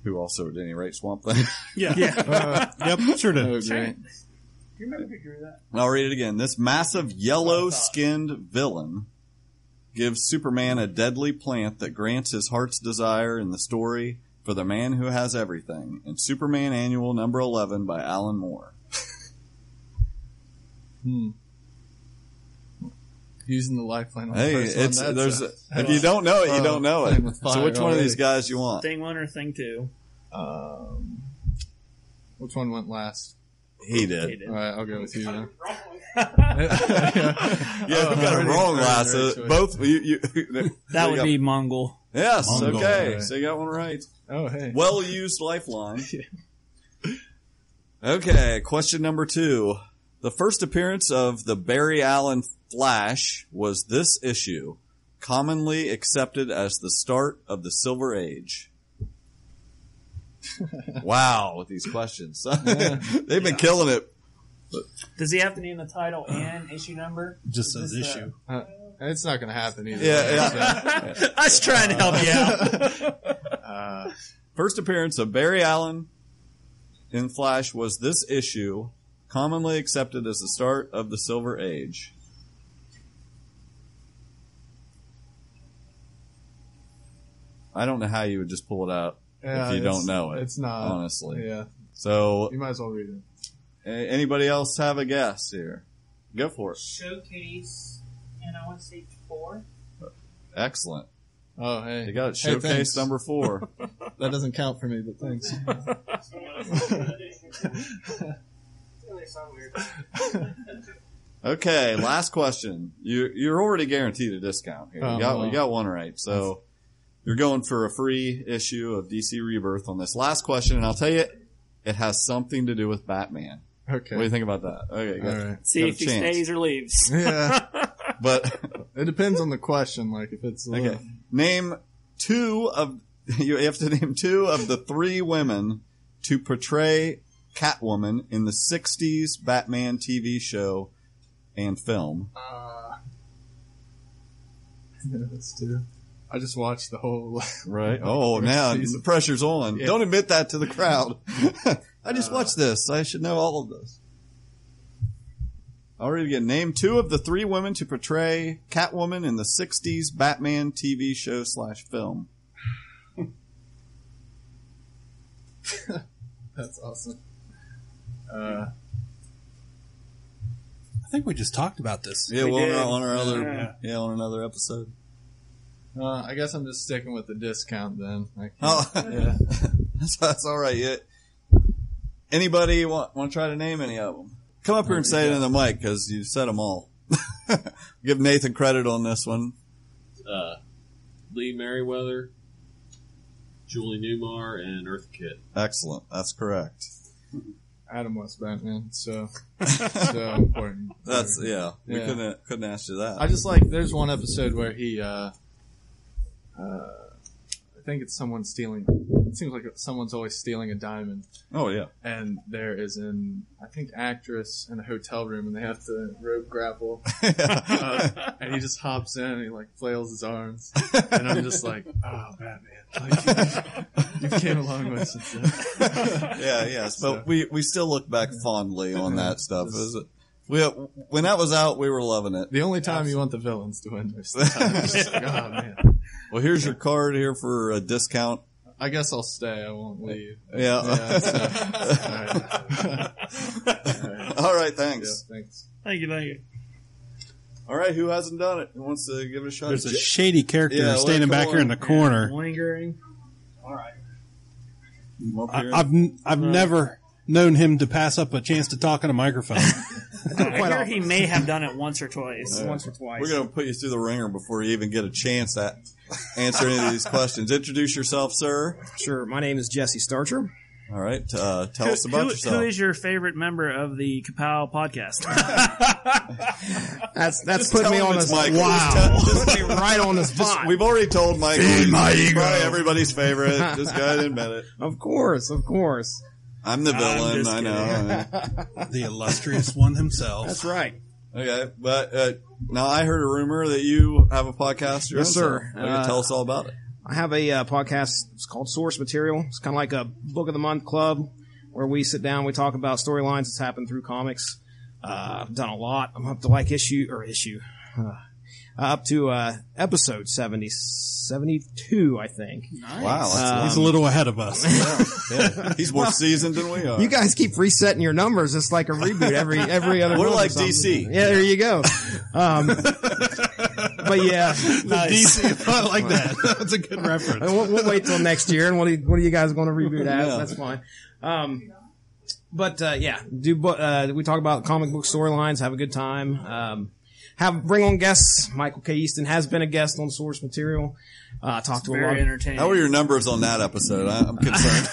D: who also at any rate Swamp Thing.
C: Yeah. Yeah. Uh, yep, sure did.
D: Oh, great. I'll read it again. This massive yellow skinned villain gives Superman a deadly plant that grants his heart's desire in the story for the man who has everything in Superman Annual number 11 by Alan Moore.
L: hmm. Using the lifeline. On
D: Hey,
L: the first one,
D: it's-
L: that's
D: there's
L: a-
D: a- if you don't know it, you
L: Oh,
D: don't know it.
L: I'm with
D: So
L: fire
D: which one of
L: already.
D: these guys you want?
A: Thing one or thing two?
L: Um, which one went last?
D: He did. He
A: did.
L: All right, I'll go with you. Then.
D: Yeah, we got it wrong last. uh, both you, you,
A: That
D: you
A: would
D: go.
A: be Mongol.
D: Yes,
A: Mongol,
D: okay.
A: right.
D: So you got one right.
L: Oh, hey.
D: Well used lifeline. okay, question number two. The first appearance of the Barry Allen Flash was this issue, commonly accepted as the start of the Silver Age. wow, with these questions. They've been killing it.
A: Does he have to name the title and issue number?
C: Just
A: Is this
C: says
A: the-
C: issue.
M: Uh, it's not going to happen either.
D: Yeah,
M: way,
D: yeah.
M: so-
A: Us trying to help
D: you out. Uh, First appearance of Barry Allen in Flash was this issue, commonly accepted as the start of the Silver Age. I don't know how you would just pull it out
M: Yeah,
D: if you
M: it's-
D: don't know it.
M: it's not-
D: honestly.
M: yeah.
D: So
M: You might as well read it.
D: a- anybody else have a guess here? Go for it.
H: Showcase, and I want to say four.
D: Excellent.
M: Oh, hey.
D: You got it.
M: Hey,
D: Showcase
M: thanks.
D: number four.
M: that doesn't count for me, but thanks.
D: Okay, last question. You you're already guaranteed a discount here. You
M: Oh,
D: got
M: well.
D: you got one right. So you're going for a free issue of DC Rebirth on this last question, and I'll tell you, it has something to do with Batman.
M: Okay.
D: What do you think about that? Okay, got,
M: All right.
A: See
D: got a
A: if he
D: chance.
A: stays or leaves.
M: yeah.
D: But
M: it depends on the question. Like if it's uh,
D: Okay. Name two of you have to name two of the three women to portray Catwoman in the '60s Batman TV show and film.
M: Uh, let's do. I just watched the whole.
D: Right. Oh, now the
M: season.
D: pressure's on.
M: Yeah.
D: Don't admit that to the crowd. I just watched this. I should know all of this. I'll read it again. Name two of the three women to portray Catwoman in the '60s Batman TV show slash film.
M: That's awesome. Uh,
C: I think we just talked about this.
D: Yeah, well, on our, on our other
C: Yeah.
D: yeah. on another episode.
M: uh, I guess I'm just sticking with the discount then. I can't-
D: Oh,
M: yeah.
D: that's, that's all right. Yeah. Anybody want want to try to name any of them? Come up here and say it in the mic because you said them all. Give Nathan credit on this one.
L: Uh, Lee Merriweather, Julie Newmar, and Earth Kit.
D: Excellent. That's correct.
M: Adam West Batman. So, so important.
D: That's yeah. We couldn't couldn't ask you that.
M: I just like there's one episode where he, uh, uh, I think it's someone stealing. It seems like someone's always stealing a diamond.
D: Oh, yeah.
M: And there is an I think actress in a hotel room, and they have to rope grapple. Uh, and he just hops in, and he like flails his arms, and I'm just like, oh Batman, like, you came a long way since then.
D: yeah, yes,
M: So-
D: but we, we still look back fondly on that stuff.
M: Just-
D: It was- we, when that was out, we were loving it.
M: The only time you want the villains to win most of the time. It's just like, oh, man.
D: Well, here's your card here for a discount.
M: I guess I'll stay. I won't leave.
D: Yeah.
M: so- all right.
D: All right, thanks.
M: Yeah, thanks.
A: Thank you, thank you.
D: All right, who hasn't done it? Who wants to give it a shot?
C: There's a
D: J-
C: shady character
D: Yeah, come
C: standing back here
D: on.
C: in the corner.
A: Lingering.
M: All right.
C: I, I've n- I've never known him to pass up a chance to talk on a microphone.
A: I hear he may have done it once or twice.
D: Yeah. We're going to put you through the ringer before you even get a chance to answer any of these questions. Introduce yourself, sir.
O: Sure. My name is Jesse Starcher.
D: All right. Uh, tell us about
A: who,
D: yourself.
A: Who is your favorite member of the Kapow podcast?
O: That's that's
A: Just
O: put
A: tell
O: me
A: him
O: on
A: it's
O: this.
A: Michael.
O: Wow.
D: Just tell- just-
O: right on the spot.
D: We've already told Michael.
O: Feed my
D: He's
O: ego.
D: Probably everybody's favorite. Just go ahead and admit it.
O: Of course, of course.
D: I'm the
C: I'm
D: villain.
C: just
D: I know.
C: the illustrious one himself.
O: That's right.
D: Okay, but uh, now I heard a rumor that you have a podcast. your
O: Yes,
D: own
O: sir.
D: self. Why don't you
O: Uh,
D: tell us all about it.
O: I have a uh, podcast. It's called Source Material. It's kind of like a book of the month club where we sit down, we talk about storylines that's happened through comics. Uh, I've done a lot. I'm up to like issue or issue. Uh, up to uh, episode 70, 72, I think.
D: Wow, that's-
O: Um,
C: he's a little ahead of us.
D: He's more seasoned than we are.
O: You guys keep resetting your numbers. It's like a reboot every every other.
D: We're
O: month or
D: like
O: something.
D: DC.
O: Yeah, there you go. Um, but yeah,
C: Nice. DC I like that. That's a good reference.
O: We'll, we'll wait till next year, and what are, what are you guys going to reboot as?
C: Yeah.
O: That's fine. Um, but uh, yeah, do bu- uh, we talk about comic book storylines? Have a good time. Um, have bring on guests. Michael K. Easton has been a guest on Source Material. Uh, talked to a lot. of-
D: How were your numbers on that episode? I, I'm concerned.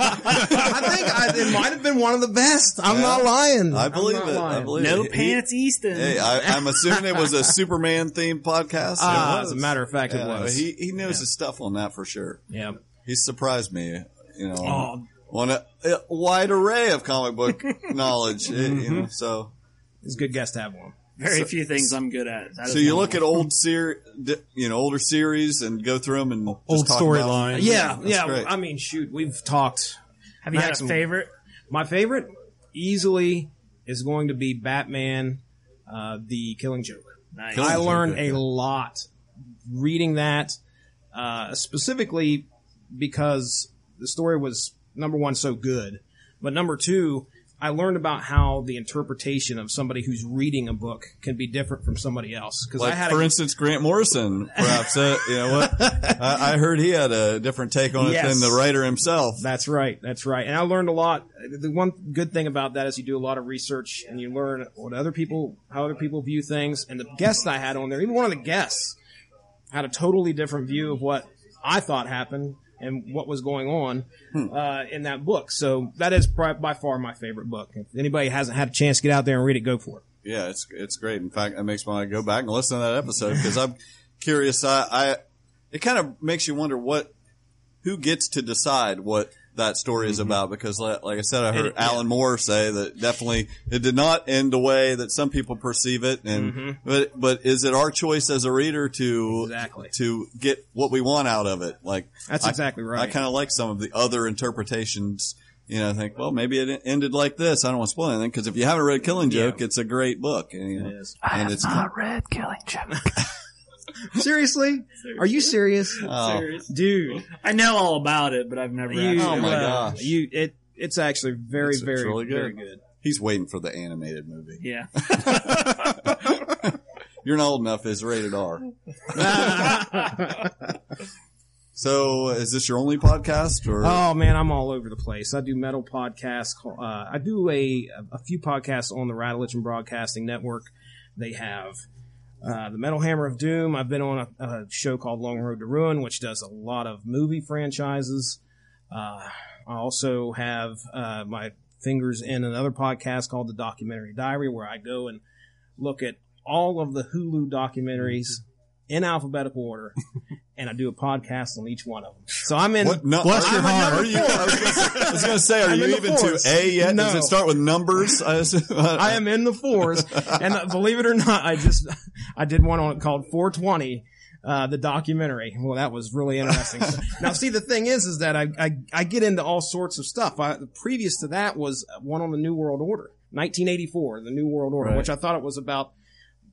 O: I think I, it might have been one of the best. I'm
D: Yeah.
O: not lying.
D: I
O: I'm
D: believe
O: not
D: it. I
O: lying.
D: believe it. He- Hey, I, I'm assuming it was a Superman themed podcast.
O: Ah,
D: It
O: as
D: was.
O: a matter of fact, it was.
D: He he knows his stuff on that for sure.
O: Yeah,
D: he surprised me. You know,
O: Oh,
D: on a, a wide array of comic book knowledge. eh, you know, so
O: Mm-hmm. it's a good guess to have one.
A: Very few things I'm good at. That
D: so
A: is
D: you
A: one
D: look
A: of
D: at
A: them.
D: old ser, di- you know, older series and go through them and just
C: Old
D: talk about 'em.
C: storylines.
O: Yeah, yeah. I mean, shoot, we've talked.
D: Have you had a
O: Maximum-
D: favorite?
O: My favorite easily is going to be Batman, uh, the Killing Joke.
A: Nice.
O: I
A: Killing
O: learned
A: Joke,
O: a lot reading that, uh, specifically because the story was number one so good, but number two. I learned about how the interpretation of somebody who's reading a book can be different from somebody else. Because
D: Like
O: I had
D: for
O: a,
D: instance, Grant Morrison, perhaps uh, you know what? I, I heard he had a different take on it
O: Yes.
D: than the writer himself.
O: That's right. That's right. And I learned a lot. The one good thing about that is you do a lot of research and you learn what other people, how other people view things. And the guests I had on there, even one of the guests had a totally different view of what I thought happened and what was going on uh, in that book. So that is pri- by far my favorite book. If anybody hasn't had a chance to get out there and read it, go for it.
D: Yeah, it's it's great. In fact, it makes me want to go back and listen to that episode because I'm curious. I, I it kind of makes you wonder what who gets to decide what that story is
O: Mm-hmm.
D: about because like, like I said, I heard
O: It-
D: Alan Moore say that definitely it did not end the way that some people perceive it, and
O: Mhm.
D: but but is it our choice as a reader to
O: Exactly.
D: to get what we want out of it? Like
O: That's
D: I-
O: exactly right.
D: I kind of like some of the other interpretations. You know, I think, well, maybe it ended like this. I don't want to spoil anything because if you haven't read Killing Joke, it's a great book. And, you know, and it's
O: read Killing Joke. Seriously? Are you serious?
D: Oh.
O: Dude,
A: I know all about it, but I've never.
O: You,
A: actually-
O: oh my gosh! You it it's actually very
D: it's- it's
O: very
D: really good.
O: very good.
D: He's waiting for the animated movie.
A: Yeah.
D: You're not old enough. It's rated R. so, is this your only podcast? Or
O: Oh man, I'm all over the place. I do metal podcasts. Uh, I do a a few podcasts on the Rattleitch Broadcasting Network. They have uh, the Metal Hammer of Doom. I've been on a, a show called Long Road to Ruin, which does a lot of movie franchises. Uh, I also have uh, my fingers in another podcast called The Documentary Diary, where I go and look at all of the Hulu documentaries
D: Mm-hmm.
O: in alphabetical order, and I do a podcast on each one of them. So I'm in.
D: What nu- Bless your
O: I'm a
D: heart.
O: number
D: Are you-
O: four.
D: I was gonna- I was going to say, are
O: I'm in
D: you
O: the
D: even
O: fours.
D: to A yet? Does
O: No.
D: it start with numbers? I, assume-
O: I am in the fours, and uh, believe it or not, I just I did one on it called 420, uh, the documentary. Well, that was really interesting. So- now, see, the thing is, is that I, I I get into all sorts of stuff. I, previous to that was one on the New World Order, 1984, the New World Order,
D: Right.
O: which I thought it was about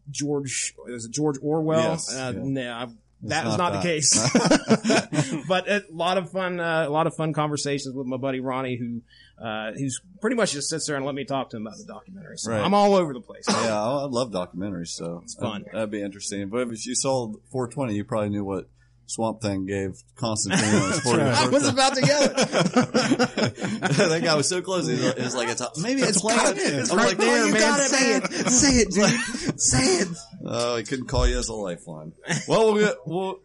O: George was it George Orwell?
D: Yes,
O: uh,
D: yeah.
O: No, I- that
D: It's
O: is
D: not
O: not the
D: that.
O: case. but a lot of fun, uh, a lot of fun conversations with my buddy Ronnie, who uh, who's pretty much just sits there and let me talk to him about the documentary. So
D: Right.
O: I'm all over the place.
D: yeah, I, I love documentaries, so it's
O: fun.
D: That'd, that'd be interesting. But if you saw 420, you probably knew what Swamp Thing gave Constantine. on his 40th
O: I was
D: birthday.
O: about to yell it.
D: that guy was so close. He's like, he's like it's, maybe it's, planned.
O: It's
D: I'm
O: right
D: like,
O: there,
D: no, you
O: man.
D: got it,
O: Say
D: man.
O: it. Say it, dude. Say it.
D: Oh, he couldn't call you as a lifeline. Well, we'll, get- we'll,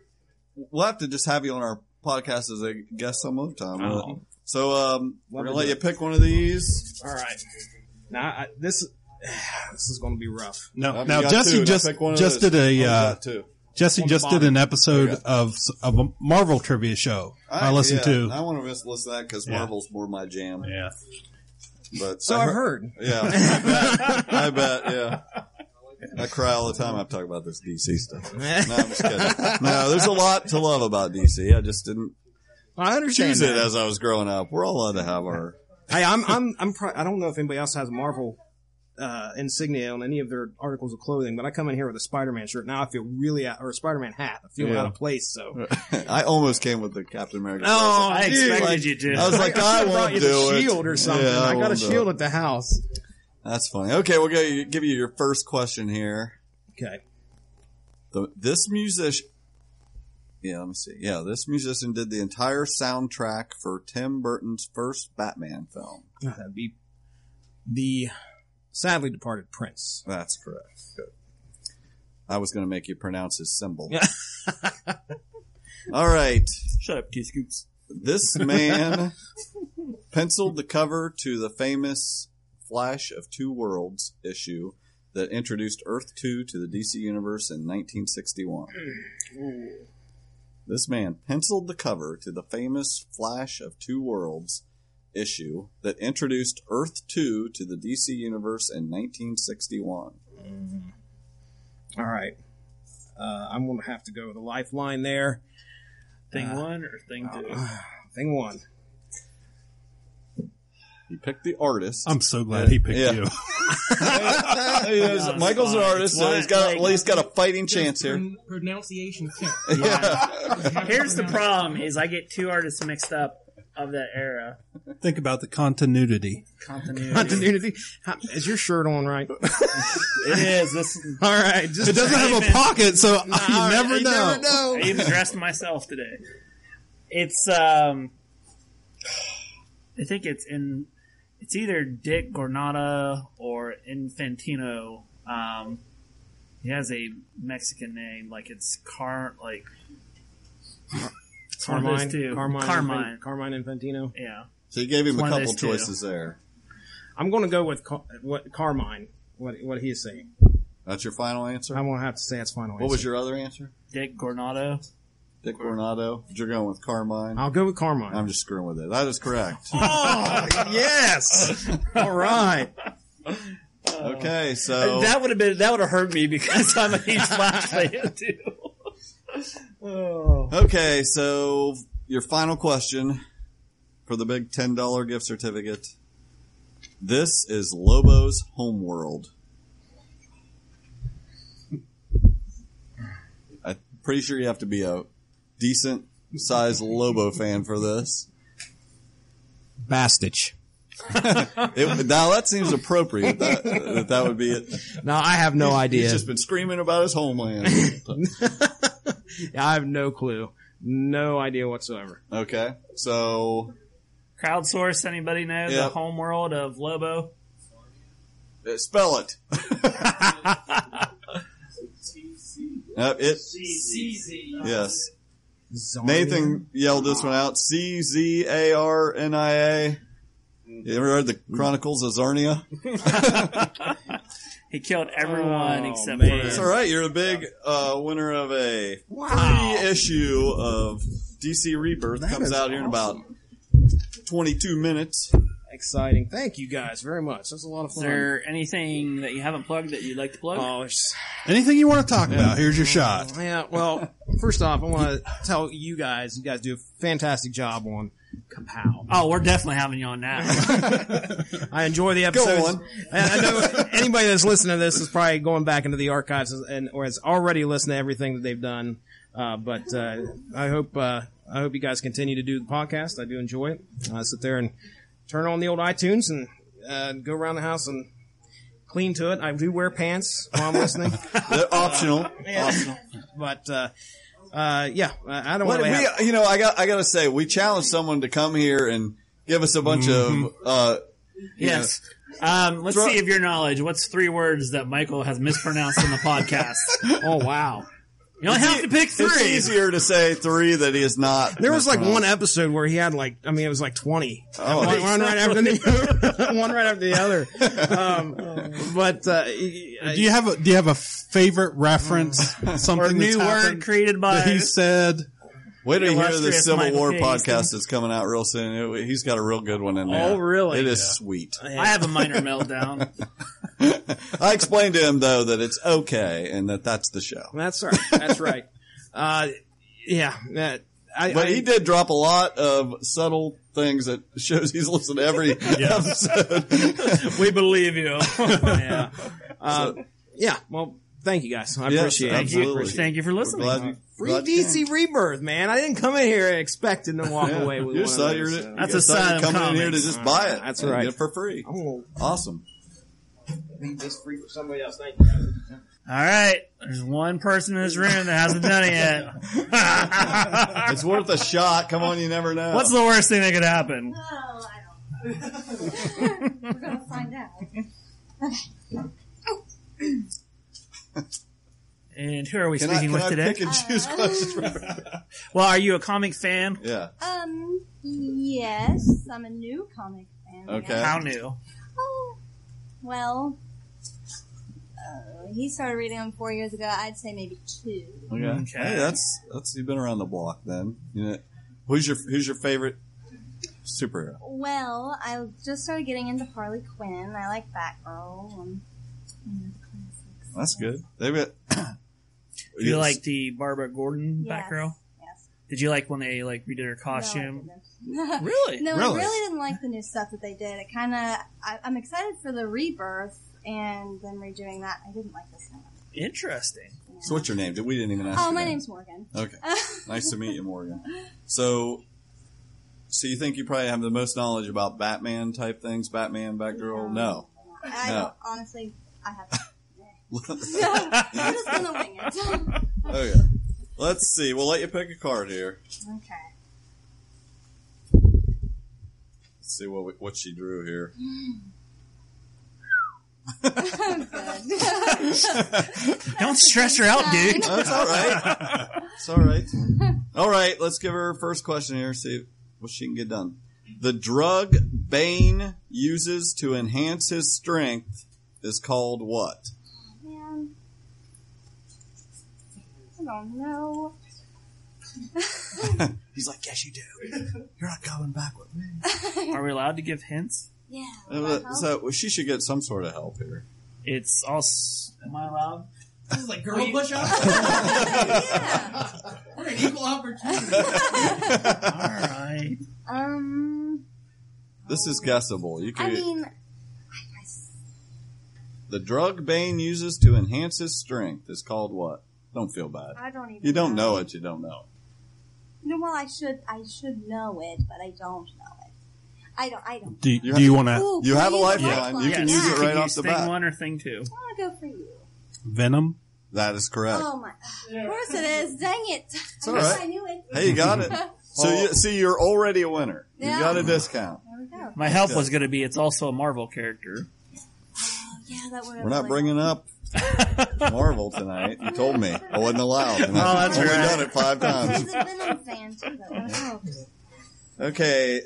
D: we'll have to just have you on our podcast as a guest some other time.
O: Oh.
D: So um, we're gonna
O: to
D: let
O: do
D: you
O: it.
D: pick one of these.
O: All right. Now I, this this is going to be rough.
C: No,
D: I've
C: now
D: got
C: Jesse
D: two, and I
C: just
D: picked one of
C: just
D: those.
C: did a
D: I've
C: uh,
D: got two.
C: Jesse
D: On the
C: just did
D: bottom.
C: an episode of of a Marvel trivia show. I, listened
D: yeah,
C: to.
D: I want to miss listen to that because
C: Yeah.
D: Marvel's more my jam.
C: Yeah.
D: But
O: So
D: I
O: I've heard.
D: Yeah. I bet. Yeah. I cry all the time. I talk about this DC stuff. No, I'm just kidding. No, there's a lot to love about DC. I just didn't
O: I understand.
D: choose
O: that.
D: it as I was growing up. We're all allowed to have our.
O: Hey, I'm I'm I'm pro- I don't know if anybody else has Marvel uh, insignia on any of their articles of clothing, but I come in here with a Spider-Man shirt. Now I feel really out, or a Spider-Man hat. I feel
D: Yeah. Uh,
O: out of place. So
D: I almost came with the Captain America.
O: Oh,
D: I
O: dude.
D: expected you to. I was like, I
O: should've brought
D: won't
O: you the
D: do it.
O: Shield or something.
D: Yeah, I
O: I, got a
D: won't do
O: shield
D: it.
O: at the house.
D: That's funny. Okay, we'll go, give you your first question here.
O: Okay.
D: The, this musician. Yeah, let me see. Yeah, this musician did the entire soundtrack for Tim Burton's first Batman film.
O: God, that'd be the sadly departed Prince.
D: That's correct. Good. I was going to make you pronounce his symbol. All right.
A: Shut up, two scoops.
D: This man penciled the cover to the famous Flash of Two Worlds issue that introduced Earth 2 to the DC Universe in 1961. This man penciled the cover to the famous Flash of Two Worlds issue that introduced Earth 2 to the DC Universe in 1961.
O: Mm-hmm. All right. Uh, I'm going to have to go with a lifeline there.
A: Thing
O: Uh,
A: one or thing two?
O: Thing one.
D: He picked the artist.
C: I'm so glad he picked you.
D: He knows that Michael's an artist, so he's got at least got a fighting chance here.
H: Pron- pronunciation.
A: Yeah. Here's the problem: is I get two artists mixed up of that era.
C: Think about the continuity.
A: Continuity.
O: Continuity. How- Is your shirt on right?
A: It is. This.
O: All right. Just
C: It doesn't have a pocket, so you never know.
A: I even dressed myself today. It's um, I think it's in. It's either Dick Gornada or Infantino. Um, he has a Mexican name, like it's Car, like it's one of those two.
O: Carmine. Carmine.
A: Carmine.
O: Carmine Infantino.
A: Yeah.
D: So you gave him
O: It's
D: a
O: one of
D: couple
O: those two.
D: choices there.
O: I'm going to go with Car- what Carmine. What what he is saying.
D: That's your final answer.
O: I'm going to have to say it's final.
D: What was your other answer?
A: Dick Gornado.
D: Dick Coronado. You're going with Carmine.
O: I'll go with Carmine.
D: I'm just screwing with it. That is correct.
O: Oh yes. All right.
D: okay, so
A: that would have been that would have hurt me because I'm a huge Flash fan too. oh.
D: Okay, so your final question for the big $10 gift certificate. This is Lobo's homeworld. I'm pretty sure you have to be a decent sized Lobo fan for this.
O: Bastich.
D: It, now that seems appropriate that, that that would be it.
O: No, I have no
D: He's-
O: idea.
D: He's just been screaming about his homeland.
O: I have no clue. No idea whatsoever.
D: Okay. So
A: Crowdsource. Anybody know the
O: Yep.
A: home world of Lobo?
D: Uh, Spell it. Uh, it yes. Nathan yelled this one out. C Z A R N I A. You ever heard the Chronicles of Zarnia?
A: He killed everyone
O: Oh,
A: except for
D: It's all right. You're the big uh, winner of a free issue of DC Rebirth. Comes
O: is
D: out here in about 22 minutes.
O: Exciting. Thank you guys very much. That's a lot of
A: Is
O: fun.
A: there anything that you haven't plugged that you'd like to plug?
O: Oh, there's
C: Anything you want to talk about, here's your shot.
O: Yeah, well, first off, I want to tell you guys, you guys do a fantastic job on Kapow.
A: Oh, we're definitely having you on now.
O: I enjoy the
A: Go
O: episodes.
A: on.
O: I I know anybody that's listening to this is probably going back into the archives and or has already listened to everything that they've done. Uh, but uh, I hope uh, I hope you guys continue to do the podcast. I do enjoy it. I sit there and turn on the old iTunes and uh, go around the house and clean to it. I do wear pants while I'm listening. Uh,
D: They're optional.
O: Yeah. But uh, uh, yeah, I I don't
D: What-
O: want to.
D: we,
O: Have-
D: you know, I got I got to say, we challenged someone to come here and give us a bunch
O: Mm-hmm.
D: of uh, you
A: Yes. Um, let's
D: Throw-
A: see if your knowledge. What's three words that Michael has mispronounced in the podcast?
O: oh wow!
A: You only have to pick
D: know, it's
A: three.
D: easier to say three that he is not.
O: there was like one
D: mispronounced.
O: episode where he had like, I mean, it was like twenty.
D: Oh.
O: One- one right after the one right after the other. Um, but uh,
C: Do you have a Do you have a favorite reference? Something
A: Or new
C: that's happened
A: word created by
C: that he said.
D: Wait till you hear the
A: Illustrious
D: Civil
A: Michael
D: War
A: K.
D: podcast that's coming out real soon. It- he's got a real good one in there.
A: Oh, really?
D: It is
A: Yeah.
D: sweet.
A: I have a minor meltdown.
D: I explained to him though that it's okay and that that's the show.
O: That's right. That's right. Uh, yeah. That, I,
D: but
O: I-
D: he did drop a lot of subtle things that shows he's listened to every episode.
A: we believe you. Um,
O: yeah. Uh, yeah. Well, thank you guys. I
D: Yes,
O: appreciate
D: Thank
O: it.
D: you. absolutely.
A: Thank you for listening.
D: glad you-
O: Free DC Rebirth, man. I didn't come in here expecting to walk
D: Yeah.
O: away with
D: You're
O: one
D: so-
O: of those,
D: you're-
O: so.
A: That's a
D: So you're
A: sign of
D: coming in here to
A: comments.
D: just buy it.
O: That's
D: and
O: right.
D: Get it for free.
O: I'm gonna
D: Awesome.
O: leave this free for somebody else. Thank you. guys.
A: All right. There's one person in this room that hasn't done it yet.
D: it's worth a shot. Come on, you never know.
A: What's the worst thing that could happen?
P: We're gonna find out.
A: And who are we
D: Can I-
A: speaking
D: can
A: with
D: I
A: today?
D: pick and choose
P: Uh,
D: questions
A: well, are you a comic fan?
D: Yeah.
P: Um, yes, I'm a new comic fan. I guess. Oh,
A: How new?
P: Well, uh, he started reading them four years ago. I'd say maybe two.
D: Okay. Hey, that's that's you've been around the block then. You know, who's your who's your favorite superhero.
P: Well, I just started getting into Harley Quinn. I like Batgirl. And, you know,
D: That's good. They've got.
A: Do you like the Barbara Gordon
P: Yes,
A: Batgirl?
P: yes.
A: Did you like when they like redid her costume?
P: really? No,
A: Really?
P: I really didn't like the new stuff that they did. It kind of. I'm excited for the rebirth and them redoing that. I didn't like this one.
A: Interesting.
D: So what's your name? We didn't even ask.
P: Oh,
D: your
P: my
D: name.
P: name's Morgan.
D: Okay. nice to meet you, Morgan. So, so you think you probably have the most knowledge about Batman type things? Batman, Batgirl? No.
P: I
D: No.
P: don't, honestly, I have. I'm just gonna
D: okay.
P: wing it.
D: Oh, Let's see. We'll let you pick a card here.
P: okay.
D: Let's see what we, what she drew here.
A: Don't stress her out, dude.
D: That's all right. It's all right. All right. Let's give her her first question here. See what she can get done. The drug Bane uses to enhance his strength is called what?
P: Man. I don't know.
D: He's like, yes, you do. You're not going back with me.
A: Are we allowed to give hints?
P: Yeah.
D: Uh, but- So well, she should get some sort of help here.
A: It's also. Am I allowed?
I: This is like girl
H: you-
I: push up. We're an equal opportunity.
A: Alright.
P: Um,
D: This is guessable. You can.
P: I mean,
D: the drug Bane uses to enhance his strength is called what? Don't feel bad.
P: I don't even
D: You don't
P: know.
D: know it. You don't know.
P: no, well, I should, I should know it, but I don't know it. I don't, I don't.
C: Do,
D: you,
C: do you want to?
P: Ooh,
D: You have a
P: please,
D: lifeline.
P: lifeline.
D: You can
P: Yes.
D: use it
P: You
D: right
P: can
D: off
P: use
D: the
A: thing
D: bat.
A: one or thing two.
P: I want to go for you.
C: Venom.
D: That is correct.
P: Oh my! Of course it is. Dang it! I
D: all
P: wish
D: right.
P: I knew it.
D: Hey, you got it. so you see, you're already a winner. You
P: Yeah.
D: got a discount.
P: There we go. Uh,
A: My help was going to be it's also a Marvel character.
P: Yeah, that would.
D: We're not bringing up Marvel tonight. You told me I wasn't allowed. and
A: Oh,
D: I've
A: that's
D: only
A: right.
D: done it five times.
P: He's a Venom fan too. Though. Wow.
D: Okay.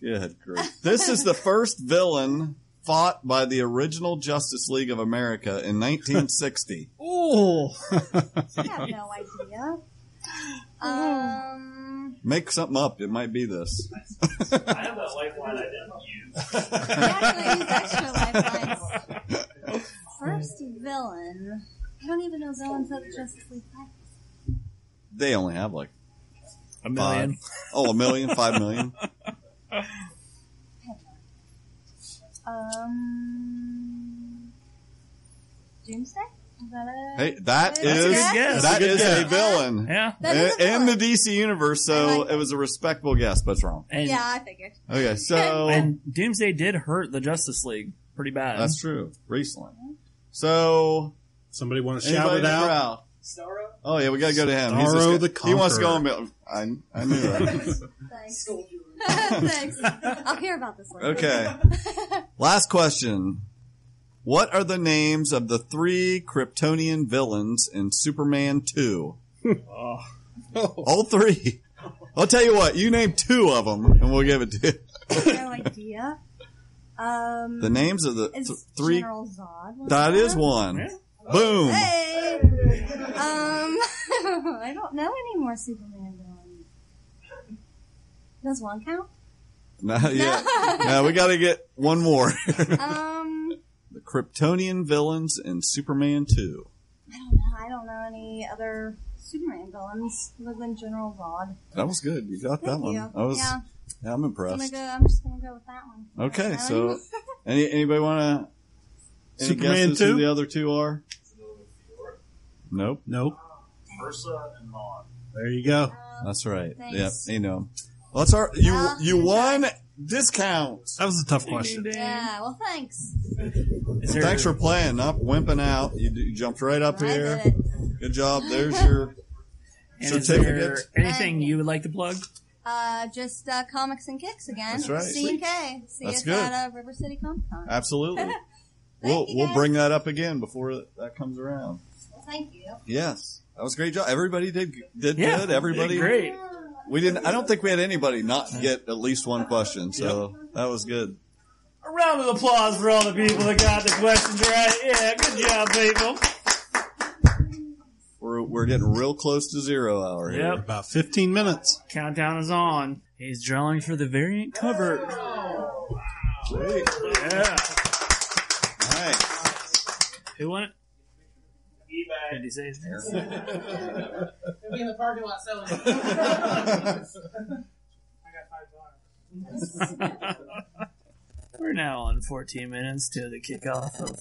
D: Good grief. This is the first villain fought by the original Justice League of America in 1960.
A: Ooh.
P: I have no idea. Um,
D: Make something up. It might be this.
K: I have that lifeline I didn't
P: we actually used extra lifelines. First villain. I don't even know villains that Justice League. had.
D: They only have like
A: a million.
D: Oh, a million, five million.
P: Um, Doomsday. Is that it?
D: Hey, that
P: That's a
D: is
P: good guess.
D: that
P: That's a good
D: is
P: guess.
D: a villain.
A: Yeah.
P: That is a
D: in, the DC universe, so it was a respectable guess, but it's wrong.
P: yeah, I figured.
D: Okay, so
A: and Doomsday did hurt the Justice League pretty bad.
D: That's true. Recently. So
C: somebody want to shout it out?
D: Oh yeah, we gotta go to him. He's
C: Starro
D: just-
C: the
D: he wants to go on.
C: Conqueror.
D: mil- I, I knew it.
P: Thanks. Thanks. I'll hear about this later.
D: Okay. Last question. What are the names of the three Kryptonian villains in Superman 2?
K: Oh.
D: All three. I'll tell you what, you name two of them and we'll give it to you.
P: no idea. Um,
D: The names of the
P: is
D: th- three-
P: General Zod. one
D: That
P: of
D: is
P: them?
D: one. Boom.
P: Hey. Um, I don't know any more Superman villains. Does one count?
D: Not yet. no, we gotta get one more.
P: Um,
D: the Kryptonian villains in Superman 2.
P: I don't know. I don't know any other Superman villains other than General Zod.
D: That was good. You got that
P: Thank
D: one.
P: you.
D: I was,
P: Yeah.
D: yeah, I'm
P: I'm,
D: impressed.
P: gonna go, I'm just gonna go with that one.
D: Okay,
P: Um,
D: so any anybody want to any
C: Superman
D: guesses
C: two?
D: who the other two are? Nope.
C: Nope.
K: Ursa and Mon.
C: There you
P: Um,
C: go.
D: That's right.
K: Thanks.
D: Yep, you know. 'em. Well, that's our you
P: Yeah,
D: you won discount.
C: That was a tough question.
P: yeah. Well, thanks.
D: Thanks for playing, not wimping out. You, you jumped right up
P: I
D: here.
P: did
D: Good job. There's your
A: And is there
D: certificate.
A: anything you would like to plug?
P: Uh, just uh, comics and kicks again.
D: That's right.
P: C and K. See
D: That's
P: us
D: good.
P: at uh, River City Comic Con.
D: Absolutely. we'll
P: you,
D: we'll
P: guys.
D: bring that up again before that comes around.
P: Thank you.
D: Yes, that was a great job. Everybody did did
A: Yeah,
D: good.
A: they
D: Everybody
A: did great.
D: We didn't. I don't think we had anybody not get at least one question. So that was good.
A: A round of applause for all the people that got the questions right. Yeah, good job, people.
D: We're We're, we're getting real close to zero hour here.
A: Yep.
D: About 15 minutes.
A: Countdown is on. He's drawing for the variant cover. Yeah.
D: Nice.
A: Who won it? Did he say his name?
H: We'll be in the parking lot selling it. I got five dollars.
A: We're now on 14 minutes to the kickoff of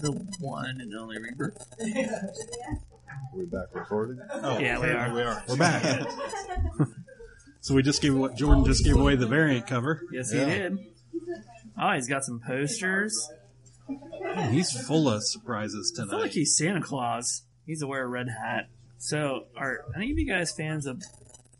A: the one and only Rebirth.
D: we back recording?
A: Oh, yeah, we are.
C: We are. We're back. so we just gave what Jordan just gave away the variant cover.
A: Yes, he did. Oh, he's got some posters.
C: Man, he's full of surprises
A: I feel like
C: tonight.
A: he's Santa Claus. He's a wear a red hat. So, are any of you guys fans of?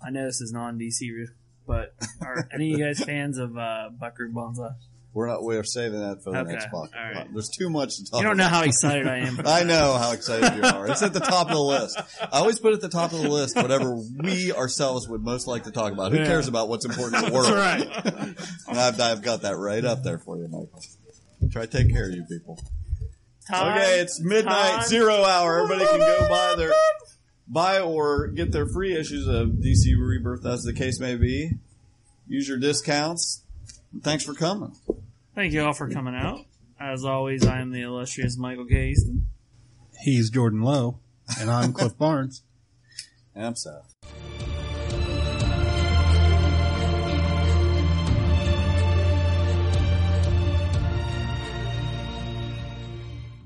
A: I know this is non DC, but are any of you guys fans of uh, Buckaroo Banzai?
D: We're not. We're saving that for the
A: Okay,
D: next podcast.
A: all right.
D: There's too much to talk.
A: You don't know
D: about.
A: how excited I am for
D: I
A: that.
D: know how excited you are. It's at the top of the list. I always put at the top of the list whatever we ourselves would most like to talk about. Who
A: Yeah.
D: cares about what's important to the world?
A: That's
D: right. I've, I've got that right up there for you, Michael. Try to take care of you people.
A: Time,
D: okay, it's midnight,
A: time.
D: zero hour. Everybody can go buy their buy or get their free issues of DC Rebirth, as the case may be. Use your discounts. Thanks for coming.
A: Thank you all for coming out. As always, I am the illustrious Michael K. Easton.
C: He's Jordan Lowe, and I'm Cliff Barnes.
D: And I'm Seth.